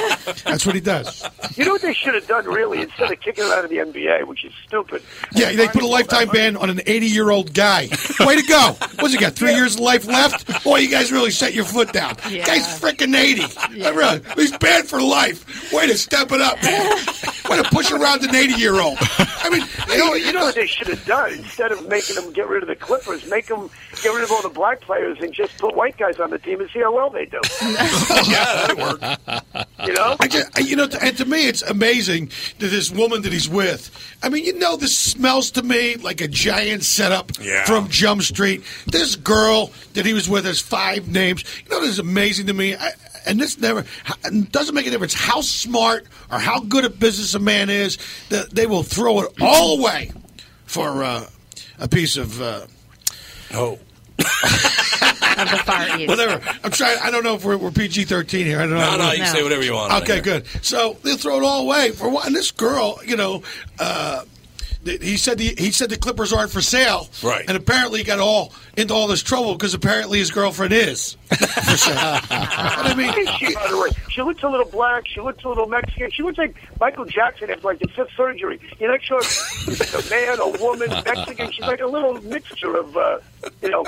S19: that's what he does.
S14: You know what they should have done, really, instead of kicking him out of the NBA, which is stupid.
S19: Yeah, they put a lifetime ban on an 80 year old guy. Way to go. What's he got? Three years of life left? Boy, you guys really set your foot down.
S18: Yeah.
S19: Guy's freaking 80. I really- he's banned for life. Way to step it up, man. Way to push around an 80 year old. I mean,
S14: You know, [laughs] you know what they should have done instead of making them get rid of the Clippers, make them get rid of all the black players and just put white guys on the team and see how well they [laughs] do. [laughs] You know?
S19: I just, I- you know, and to me, it's amazing that this woman that he's with. I mean, you know, this smells to me like a giant setup
S11: Yeah.
S19: from Jump Street. This girl that he was with has five names. You know, this is amazing to me. I, and this never it doesn't make a difference how smart or how good a business a man is. That they will throw it all away for uh, a piece of. Uh,
S3: oh.
S19: Whatever. I'm trying. I don't know if we're, we're PG-13 here. I don't know.
S3: No, no, you can say whatever you want on
S19: Okay,
S3: here.
S19: good. So they throw it all away for what? And this girl, you know, uh, th- he said the he said the Clippers aren't for sale.
S3: Right.
S19: And apparently he got all into all this trouble because apparently his girlfriend
S3: [laughs]
S19: is. For sale. I mean,
S14: she, by the way, she looks a little black. She looks a little Mexican. She looks like Michael Jackson after like the fifth surgery. You're not sure if she's a man, a woman, Mexican. She's like a little mixture of, uh, you know.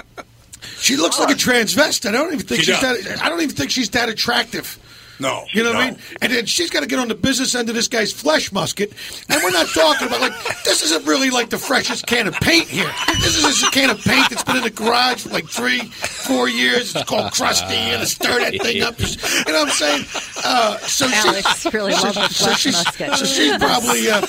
S19: she looks like a transvestite. I don't even think
S11: She
S19: she's
S11: does.
S19: that. I don't even think she's that attractive.
S3: No,
S19: You know what I
S11: no.
S19: mean? And then she's got to get on the business end of this guy's flesh musket. And we're not talking about, like, this isn't really like the freshest can of paint here. This is just a can of paint that's been in the garage for like three, four years. It's called crusty, and I stir that thing up. Just, you know what I'm saying? Uh, so
S18: Alex
S19: she's,
S18: really
S19: so,
S18: loves the
S19: so
S18: flesh
S19: she's,
S18: musket.
S19: So she's probably, uh,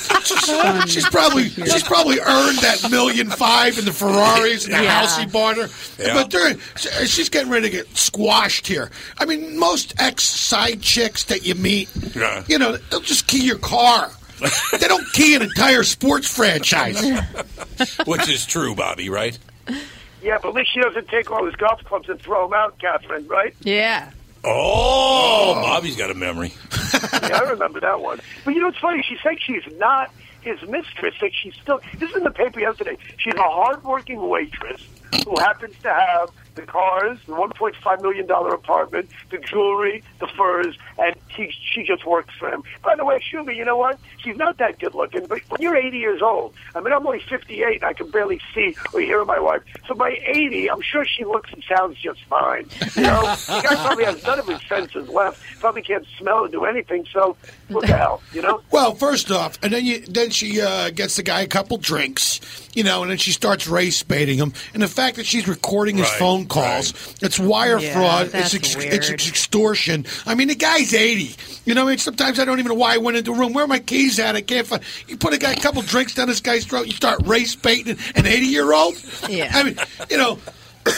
S19: she's, she's probably, she's probably earned that million five in the Ferraris and the
S11: Yeah.
S19: house he bought her.
S11: Yeah.
S19: But during, she- she's getting ready to get squashed here. I mean, most ex side chicks that you meet,
S11: Yeah.
S19: you know, they'll just key your car. they don't key an entire sports franchise.
S3: Which is true, Bobby, right?
S14: Yeah, but at least she doesn't take all his golf clubs and throw them out, Catherine, right?
S18: Yeah.
S3: Oh, Bobby's got a memory.
S14: yeah, I remember that one. But you know, it's funny. She said she's not his mistress. That she's still. This is in the paper yesterday. She's a hardworking waitress who happens to have the cars, the one point five million dollar apartment, the jewelry, the furs, and he, she just works for him. By the way, Shuby, you know what? She's not that good looking. But when you're 80 years old, I mean, I'm only 58. And I can barely see or hear my wife. So by 80, I'm sure she looks and sounds just fine. You know, the guy probably has none of his senses left. Probably can't smell or do anything. So what the hell, you know?
S19: Well, first off, and then you, then she uh, gets the guy a couple drinks, you know, and then she starts race baiting him. And the fact that she's recording his
S11: Right,
S19: phone calls, it's wire
S11: Yeah,
S19: fraud,
S11: that's
S19: it's ex-
S11: weird.
S19: it's ex- extortion. I mean, the guy's eighty. You know, what I mean, sometimes I don't even know why I went into a room. Where are my keys at? I can't find. You put a guy a couple drinks down this guy's throat. You start race baiting an eighty year old.
S11: Yeah.
S19: I mean, you know. [coughs]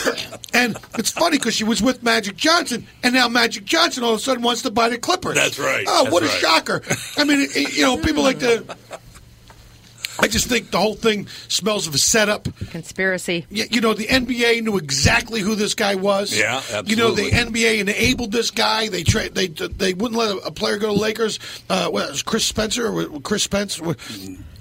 S19: and it's funny because she was with Magic Johnson, and now Magic Johnson all of a sudden wants to buy the Clippers.
S3: That's right.
S19: Oh,
S3: That's
S19: what a
S3: right.
S19: shocker! I mean, it- you know, people like
S3: [laughs]
S19: to. I just think the whole thing smells of a setup.
S18: Conspiracy.
S19: Y- You know, the NBA knew exactly who this guy was.
S3: Yeah,
S19: You know, the
S3: absolutely.
S19: NBA enabled this guy. They tra- they they wouldn't let a- a player go to Lakers. Uh, what, it was Chris Spencer? Or wa- Chris Spence? Wa-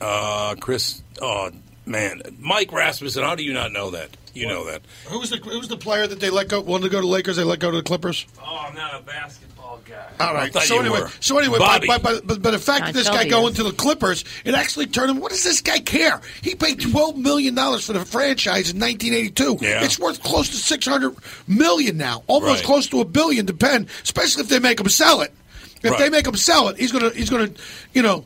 S3: Uh, Chris, oh, man. Mike Rasmussen, how do you not know that? You know that.
S19: Who was the who was the player that they let go? Wanted to go to Lakers? They let go to the Clippers.
S1: Oh, I'm not a basketball guy.
S19: All
S3: I
S19: right.
S3: thought
S19: So
S3: you
S19: anyway,
S3: were.
S19: so anyway,
S3: Bobby.
S19: but, but, but, but, but the fact
S3: I
S19: that this
S3: told
S19: guy
S3: you.
S19: going to the Clippers, it actually turned him. What does this guy care? He paid twelve million dollars for the franchise in 1982.
S11: Yeah.
S19: It's worth close to six hundred million now, almost
S11: Right.
S19: close to a billion, depend. Especially if they make him sell it. If
S11: Right.
S19: they make him sell it, he's gonna he's gonna, you know.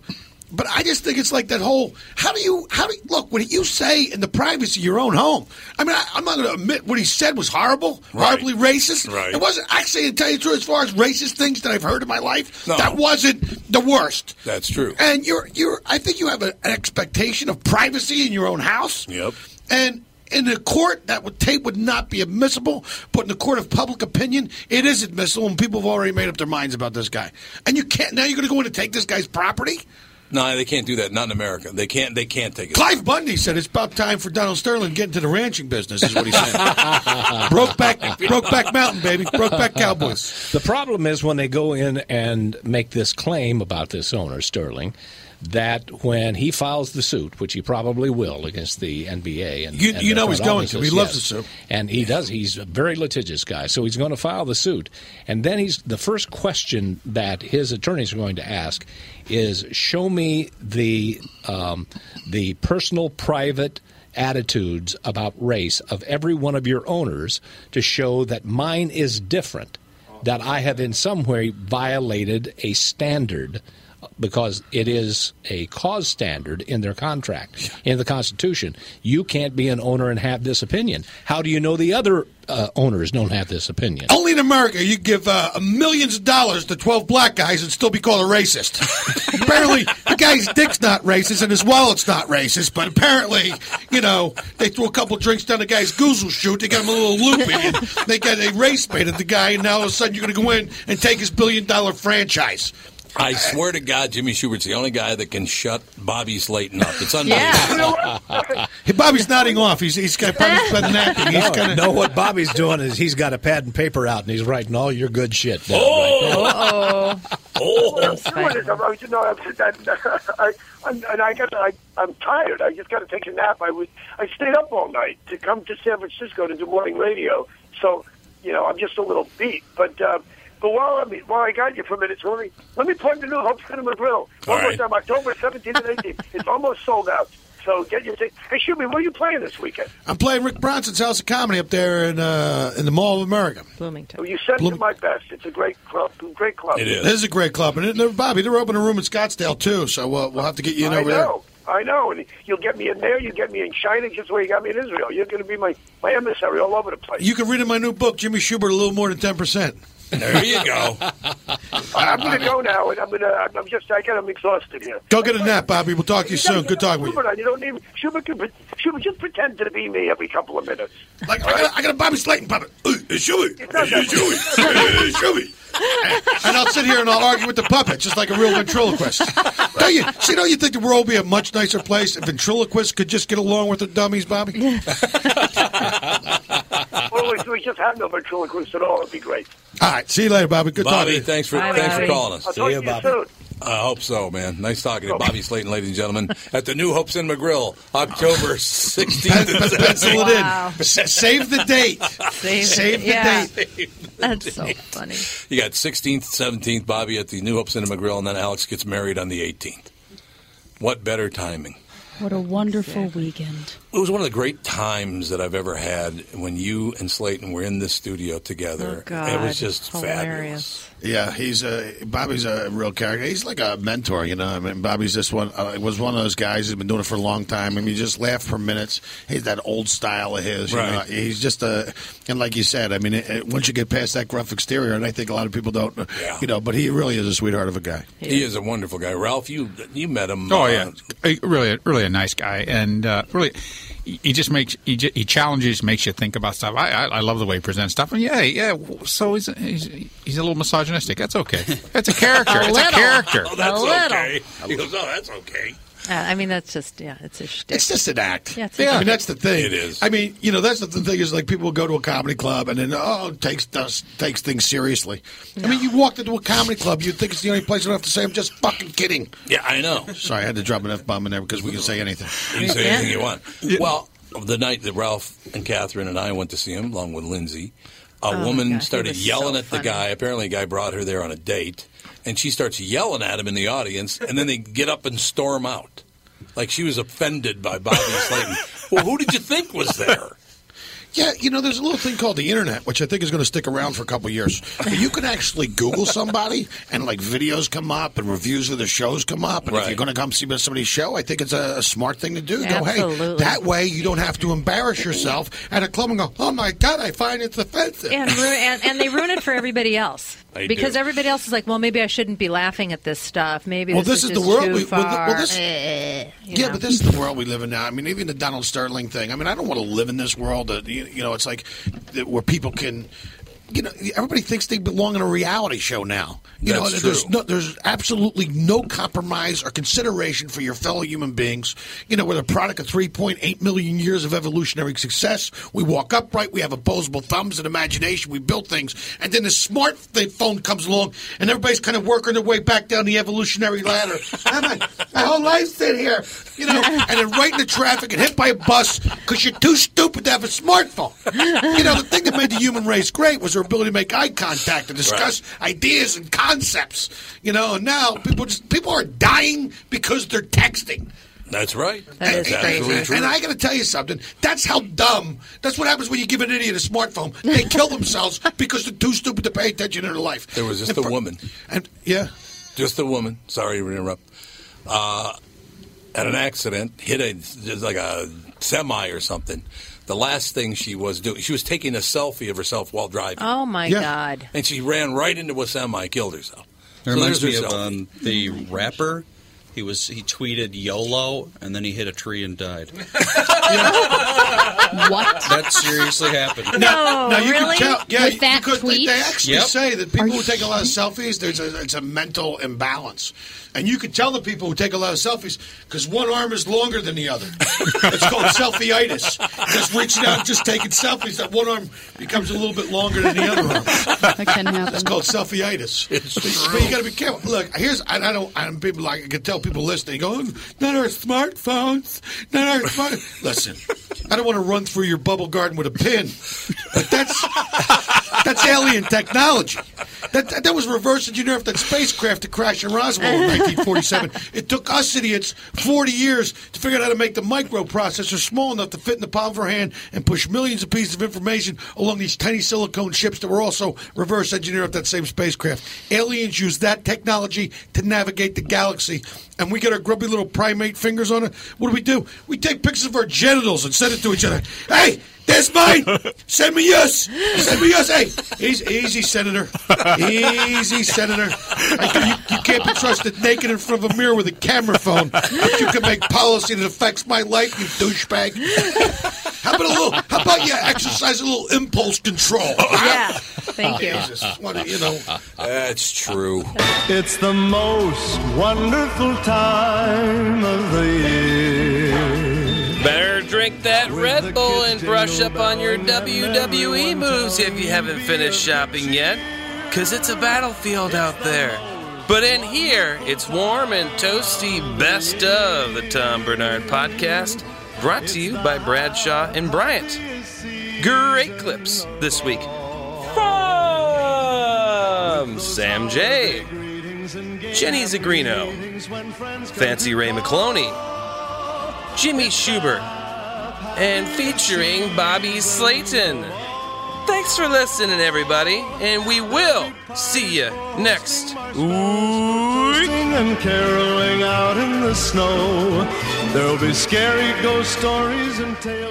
S19: But I just think it's like that whole how do you how do you, look what you say in the privacy of your own home. I mean, I, I'm not going to admit what he said was horrible, horribly racist.
S11: Right.
S19: It wasn't actually to tell you the truth, as far as racist things that I've heard in my life,
S3: No.
S19: that wasn't the worst.
S3: That's true.
S19: And you're you're I think you have an expectation of privacy in your own house.
S3: Yep.
S19: And in the court, that would tape would not be admissible, but in the court of public opinion, it is admissible, and people have already made up their minds about this guy. And you can't now. You're going to go in and take this guy's property.
S3: No, they can't do that. Not in America. They can't. They can't take it.
S19: Clive Bundy said it's about time for Donald Sterling to get into the ranching business. Is what he said. [laughs]
S3: [laughs]
S19: broke back, broke back mountain, baby, broke back cowboys.
S20: The problem is when they go in and make this claim about this owner, Sterling, that when he files the suit, which he probably will against the NBA, and
S19: You-
S20: and
S19: you
S20: their
S19: know he's
S20: front
S19: going to.
S20: offices,
S19: He loves
S20: yes.
S19: the suit.
S20: and he does. He's a very litigious guy, so he's going to file the suit, and then he's the first question that his attorneys are going to ask is, "Show me the um, the personal, private." Attitudes about race of every one of your owners to show that mine is different that I have in some way violated a standard because it is a cause standard in their contract in the constitution you can't be an owner and have this opinion how do you know the other uh, owners don't have this opinion
S19: Only in America you give uh, millions of dollars to 12 black guys and still be called a racist. apparently, the guy's dick's not racist and his wallet's not racist, but apparently, you know, they threw a couple drinks down the guy's goozle chute. They got him a little loopy and they got a race baited the guy, and now all of a sudden you're going to go in and take his billion dollar franchise.
S3: I swear to God, Jimmy Schubert's the only guy that can shut Bobby Slayton up. It's unbelievable.
S19: Yeah. Hey, Bobby's nodding off. He's, he's got Bobby's been napping. He's
S20: no,
S19: gonna,
S20: no, what Bobby's doing is he's got a pad and paper out and he's writing all your good shit down.
S14: Oh, oh, oh! No, I'm, [laughs] I, I'm, and I got, I, I'm tired. I just got to take a nap. I was, I stayed up all night to come to San Francisco to do morning radio. So, you know, I'm just a little beat. But, uh, but while I mean, while I got you for a minute, so let me let me plug the new Hope Cinema Grill one more time, October 17th and 18th. it's almost sold out. So get your ticket. Hey, shoot me, what are you playing this weekend?
S19: I'm playing Rick Bronson's House of Comedy up there in, uh, in the Mall of America.
S14: Bloomington. You sent me my best. It's a great club. Great club.
S19: This is a great club, and it- they're- Bobby, they're opening a room in Scottsdale too. So we'll, we'll have to get you in
S14: I
S19: over
S14: know. I know, and you'll get me in there. You get me in China, just where you got me in Israel. You're going to be my, my emissary all over the place.
S19: there. You can read in my new book, Jimmy Schubert, a little more than ten percent.
S3: There you go.
S14: I, [laughs] I'm going to go now, and I'm going to. I'm I'm just. I got. I'm exhausted here.
S19: Go get a nap, Bobby. We'll talk to you soon. Good talking with you.
S14: Schubert, you don't need Schubert. Can, pre- Schubert just pretend to be me every couple of minutes.
S19: Like I, got a, I got a Bobby Slayton puppet. It's Schubert. It's Schubert.
S14: [laughs]
S19: It's Schubert. And I'll sit here and I'll argue with the puppet, just like a real ventriloquist. Don't you? See, don't you think the world would be a much nicer place if ventriloquists could just get along with the dummies, Bobby?
S14: well, if we just have no ventriloquist at all, it'd be great.
S19: All right. See you later, Bobby. Good talking.
S3: Bobby,
S19: to you.
S3: thanks for thanks for calling us.
S14: I'll talk to you soon.
S3: I hope so, man. Nice talking to you. Bobby Slayton, ladies and gentlemen, at the New Hope Cinema Grill, October
S21: [laughs]
S3: 16th. and
S19: Pencil
S3: 17th.
S19: it in. S- save the date.
S18: Save,
S19: Save
S18: it.
S19: the
S18: yeah.
S19: date.
S18: That's so funny.
S3: You got 16th, 17th, Bobby at the New Hope Cinema Grill, and then Alex gets married on the 18th. What better timing?
S18: What a wonderful weekend.
S3: It was one of the great times that I've ever had when you and Slayton were in this studio together.
S18: Oh, God.
S3: It was just
S18: Hilarious.
S19: Yeah, he's a Bobby's a real character. He's like a mentor, you know. I mean, Bobby's just one uh, was one of those guys who's been doing it for a long time. I mean, you just laugh for minutes. He's that old style of his. You
S3: Right.
S19: know? He's just a and like you said, I mean, it, it- once you get past that gruff exterior, and I think a lot of people don't, you know, but he really is a sweetheart of a guy.
S3: fabulous. He is a wonderful guy. Ralph, you you met him.
S21: Oh
S3: uh,
S21: yeah, A- really, really a nice guy, and uh, really, he he just makes he, ju- he challenges, makes you think about stuff. I, I I love the way he presents stuff, and yeah, yeah. w- So he's he's, he's a little misogynistic. That's okay. That's a character.
S18: A
S21: it's a
S18: little.
S21: character.
S18: Oh, that's A little. okay.
S3: He goes, oh, that's okay.
S18: Uh, I mean, that's just yeah, it's a shtick.
S19: It's just an act.
S18: Yeah, it's
S19: I
S18: an
S19: mean
S18: act.
S19: that's the thing.
S3: It is.
S19: I mean, you know, that's the thing is like people go to a comedy club and then oh takes does, takes things seriously. I mean, you walked into a comedy club, you'd think it's the only place you don't have to say I'm just fucking kidding.
S3: Yeah,
S19: [laughs]
S3: I know.
S19: Sorry, I had to drop an F bomb in there because we can say anything.
S3: You can say anything you want. Well, the night that Ralph and Catherine and I went to see him, along with Lindsay, a
S22: Oh, my
S3: woman
S22: God, he
S3: started
S22: was
S3: yelling
S22: so
S3: at the
S22: funny.
S3: guy. Apparently, a guy brought her there on a date, and she starts yelling at him in the audience, and then they get up and storm out. Like she was offended by
S22: [laughs]
S3: Bobby Slayton. well, who did you think was there?
S19: Yeah, you know, there's a little thing called the internet, which I think is going to stick around for a couple years. You can actually Google somebody, and like videos come up, and reviews of the shows come up. And if you're going to come see somebody's show, I think it's a, a smart thing to do. Go, hey,
S18: Absolutely.
S19: that way you don't have to embarrass yourself at a club and go, oh my god, I find it's offensive.
S23: and, ruin, and and they ruin it for everybody else
S19: They
S23: because
S19: do.
S23: everybody else is like, well, maybe I shouldn't be laughing at this stuff. Maybe
S19: Well,
S23: this,
S19: this
S23: is,
S19: is the
S23: just
S19: world
S23: Too
S19: we- well, th-
S23: far.
S19: well, this-
S23: Eh, you
S19: yeah,
S23: know.
S19: but this is the world we live in now. I mean, even the Donald Sterling thing. I mean, I don't want to live in this world that you, you know it's like that where people can you know, everybody thinks they belong in a reality show now. You
S3: That's
S19: know,
S3: true.
S19: there's no, there's absolutely no compromise or consideration for your fellow human beings. You know, we're the product of 3.8 million years of evolutionary success. We walk upright. We have opposable thumbs and imagination. We build things, and then the smartphone comes along, and everybody's kind of working their way back down the evolutionary ladder. I'm like, my whole life's sit here, you know, and then right in the traffic and hit by a bus because you're too stupid to have a smartphone. You know, the thing that made the human race great was their ability to make eye contact and discuss ideas and concepts. You know, and now people just people are dying because they're texting.
S3: That's right.
S19: And-
S3: That's
S19: and-
S3: absolutely true.
S19: And I got to tell you something. That's how dumb. That's what happens when you give an idiot a smartphone. They kill themselves [laughs] because they're too stupid to pay attention in their life.
S3: There was just
S19: And
S3: a
S19: for-
S3: woman.
S19: And yeah,
S3: just a woman. Sorry to interrupt. Uh, had an accident, hit a just like a semi or something. The last thing she was doing, she was taking a selfie of herself while driving,
S23: Oh my God.
S3: and she ran right into a semi, killed herself.
S9: It reminds
S3: there's
S9: me
S3: your
S9: of
S3: selfie.
S9: um, the rapper. He was he tweeted YOLO and then he hit a tree and died.
S19: What?
S9: That seriously happened.
S19: Now, now you
S18: really?
S19: can tell. Yeah,
S18: With that
S19: because they-
S18: tweet?
S19: they actually
S9: Yep.
S19: say that people who take a lot of selfies, there's a, it's a mental imbalance, and you can tell the people who take a lot of selfies because one arm is longer than the other. it's called selfieitis. Just reaching out, and just taking selfies. That one arm becomes a little bit longer than the other arm. That
S18: can happen.
S19: That's called selfieitis. But, but you got to be careful. Look, here's I, I don't. I'm people like I can tell people listening. Go, not our smartphones. Not our smart. Listen, I don't want to run through your bubble garden with a pin, but that's that's alien technology. That that, that was reverse engineered from that spacecraft that crashed in Roswell in 1947. It took us idiots 40 years to figure out how to make the microprocessor small enough to fit in the palm of our hand and push millions of pieces of information along these tiny silicone ships that were also reverse engineered off that same spacecraft. Aliens used that technology to navigate the galaxy, and we get our grubby little primate fingers on it. What do we do? We take pictures of our genitals and send it to each other. Hey! That's [laughs] mine. Send me yours. Send me yours. Hey, easy, easy, Senator. Easy, Senator. Like, you, you can't be trusted naked in front of a mirror with a camera phone. But you can make policy that affects my life, you douchebag. How about a little? How about you exercise a little impulse control? Yeah.
S23: Thank you.
S19: Jesus, what, you know.
S3: That's true.
S12: It's the most wonderful time of the year.
S7: Better drink that Red Bull and brush up on your WWE moves if you haven't finished shopping yet, because it's a battlefield out there. But in here, it's warm and toasty. Best of the Tom Bernard podcast, brought to you by Bradshaw and Bryant. Great clips this week from Sam J, Jenny Zagrino, Fancy Ray McCloney, Jimmy Schubert, and featuring Bobby Slayton. Thanks for listening, everybody, and we will see you next
S12: Sing and caroling out in the snow. There'll be scary ghost stories and tales.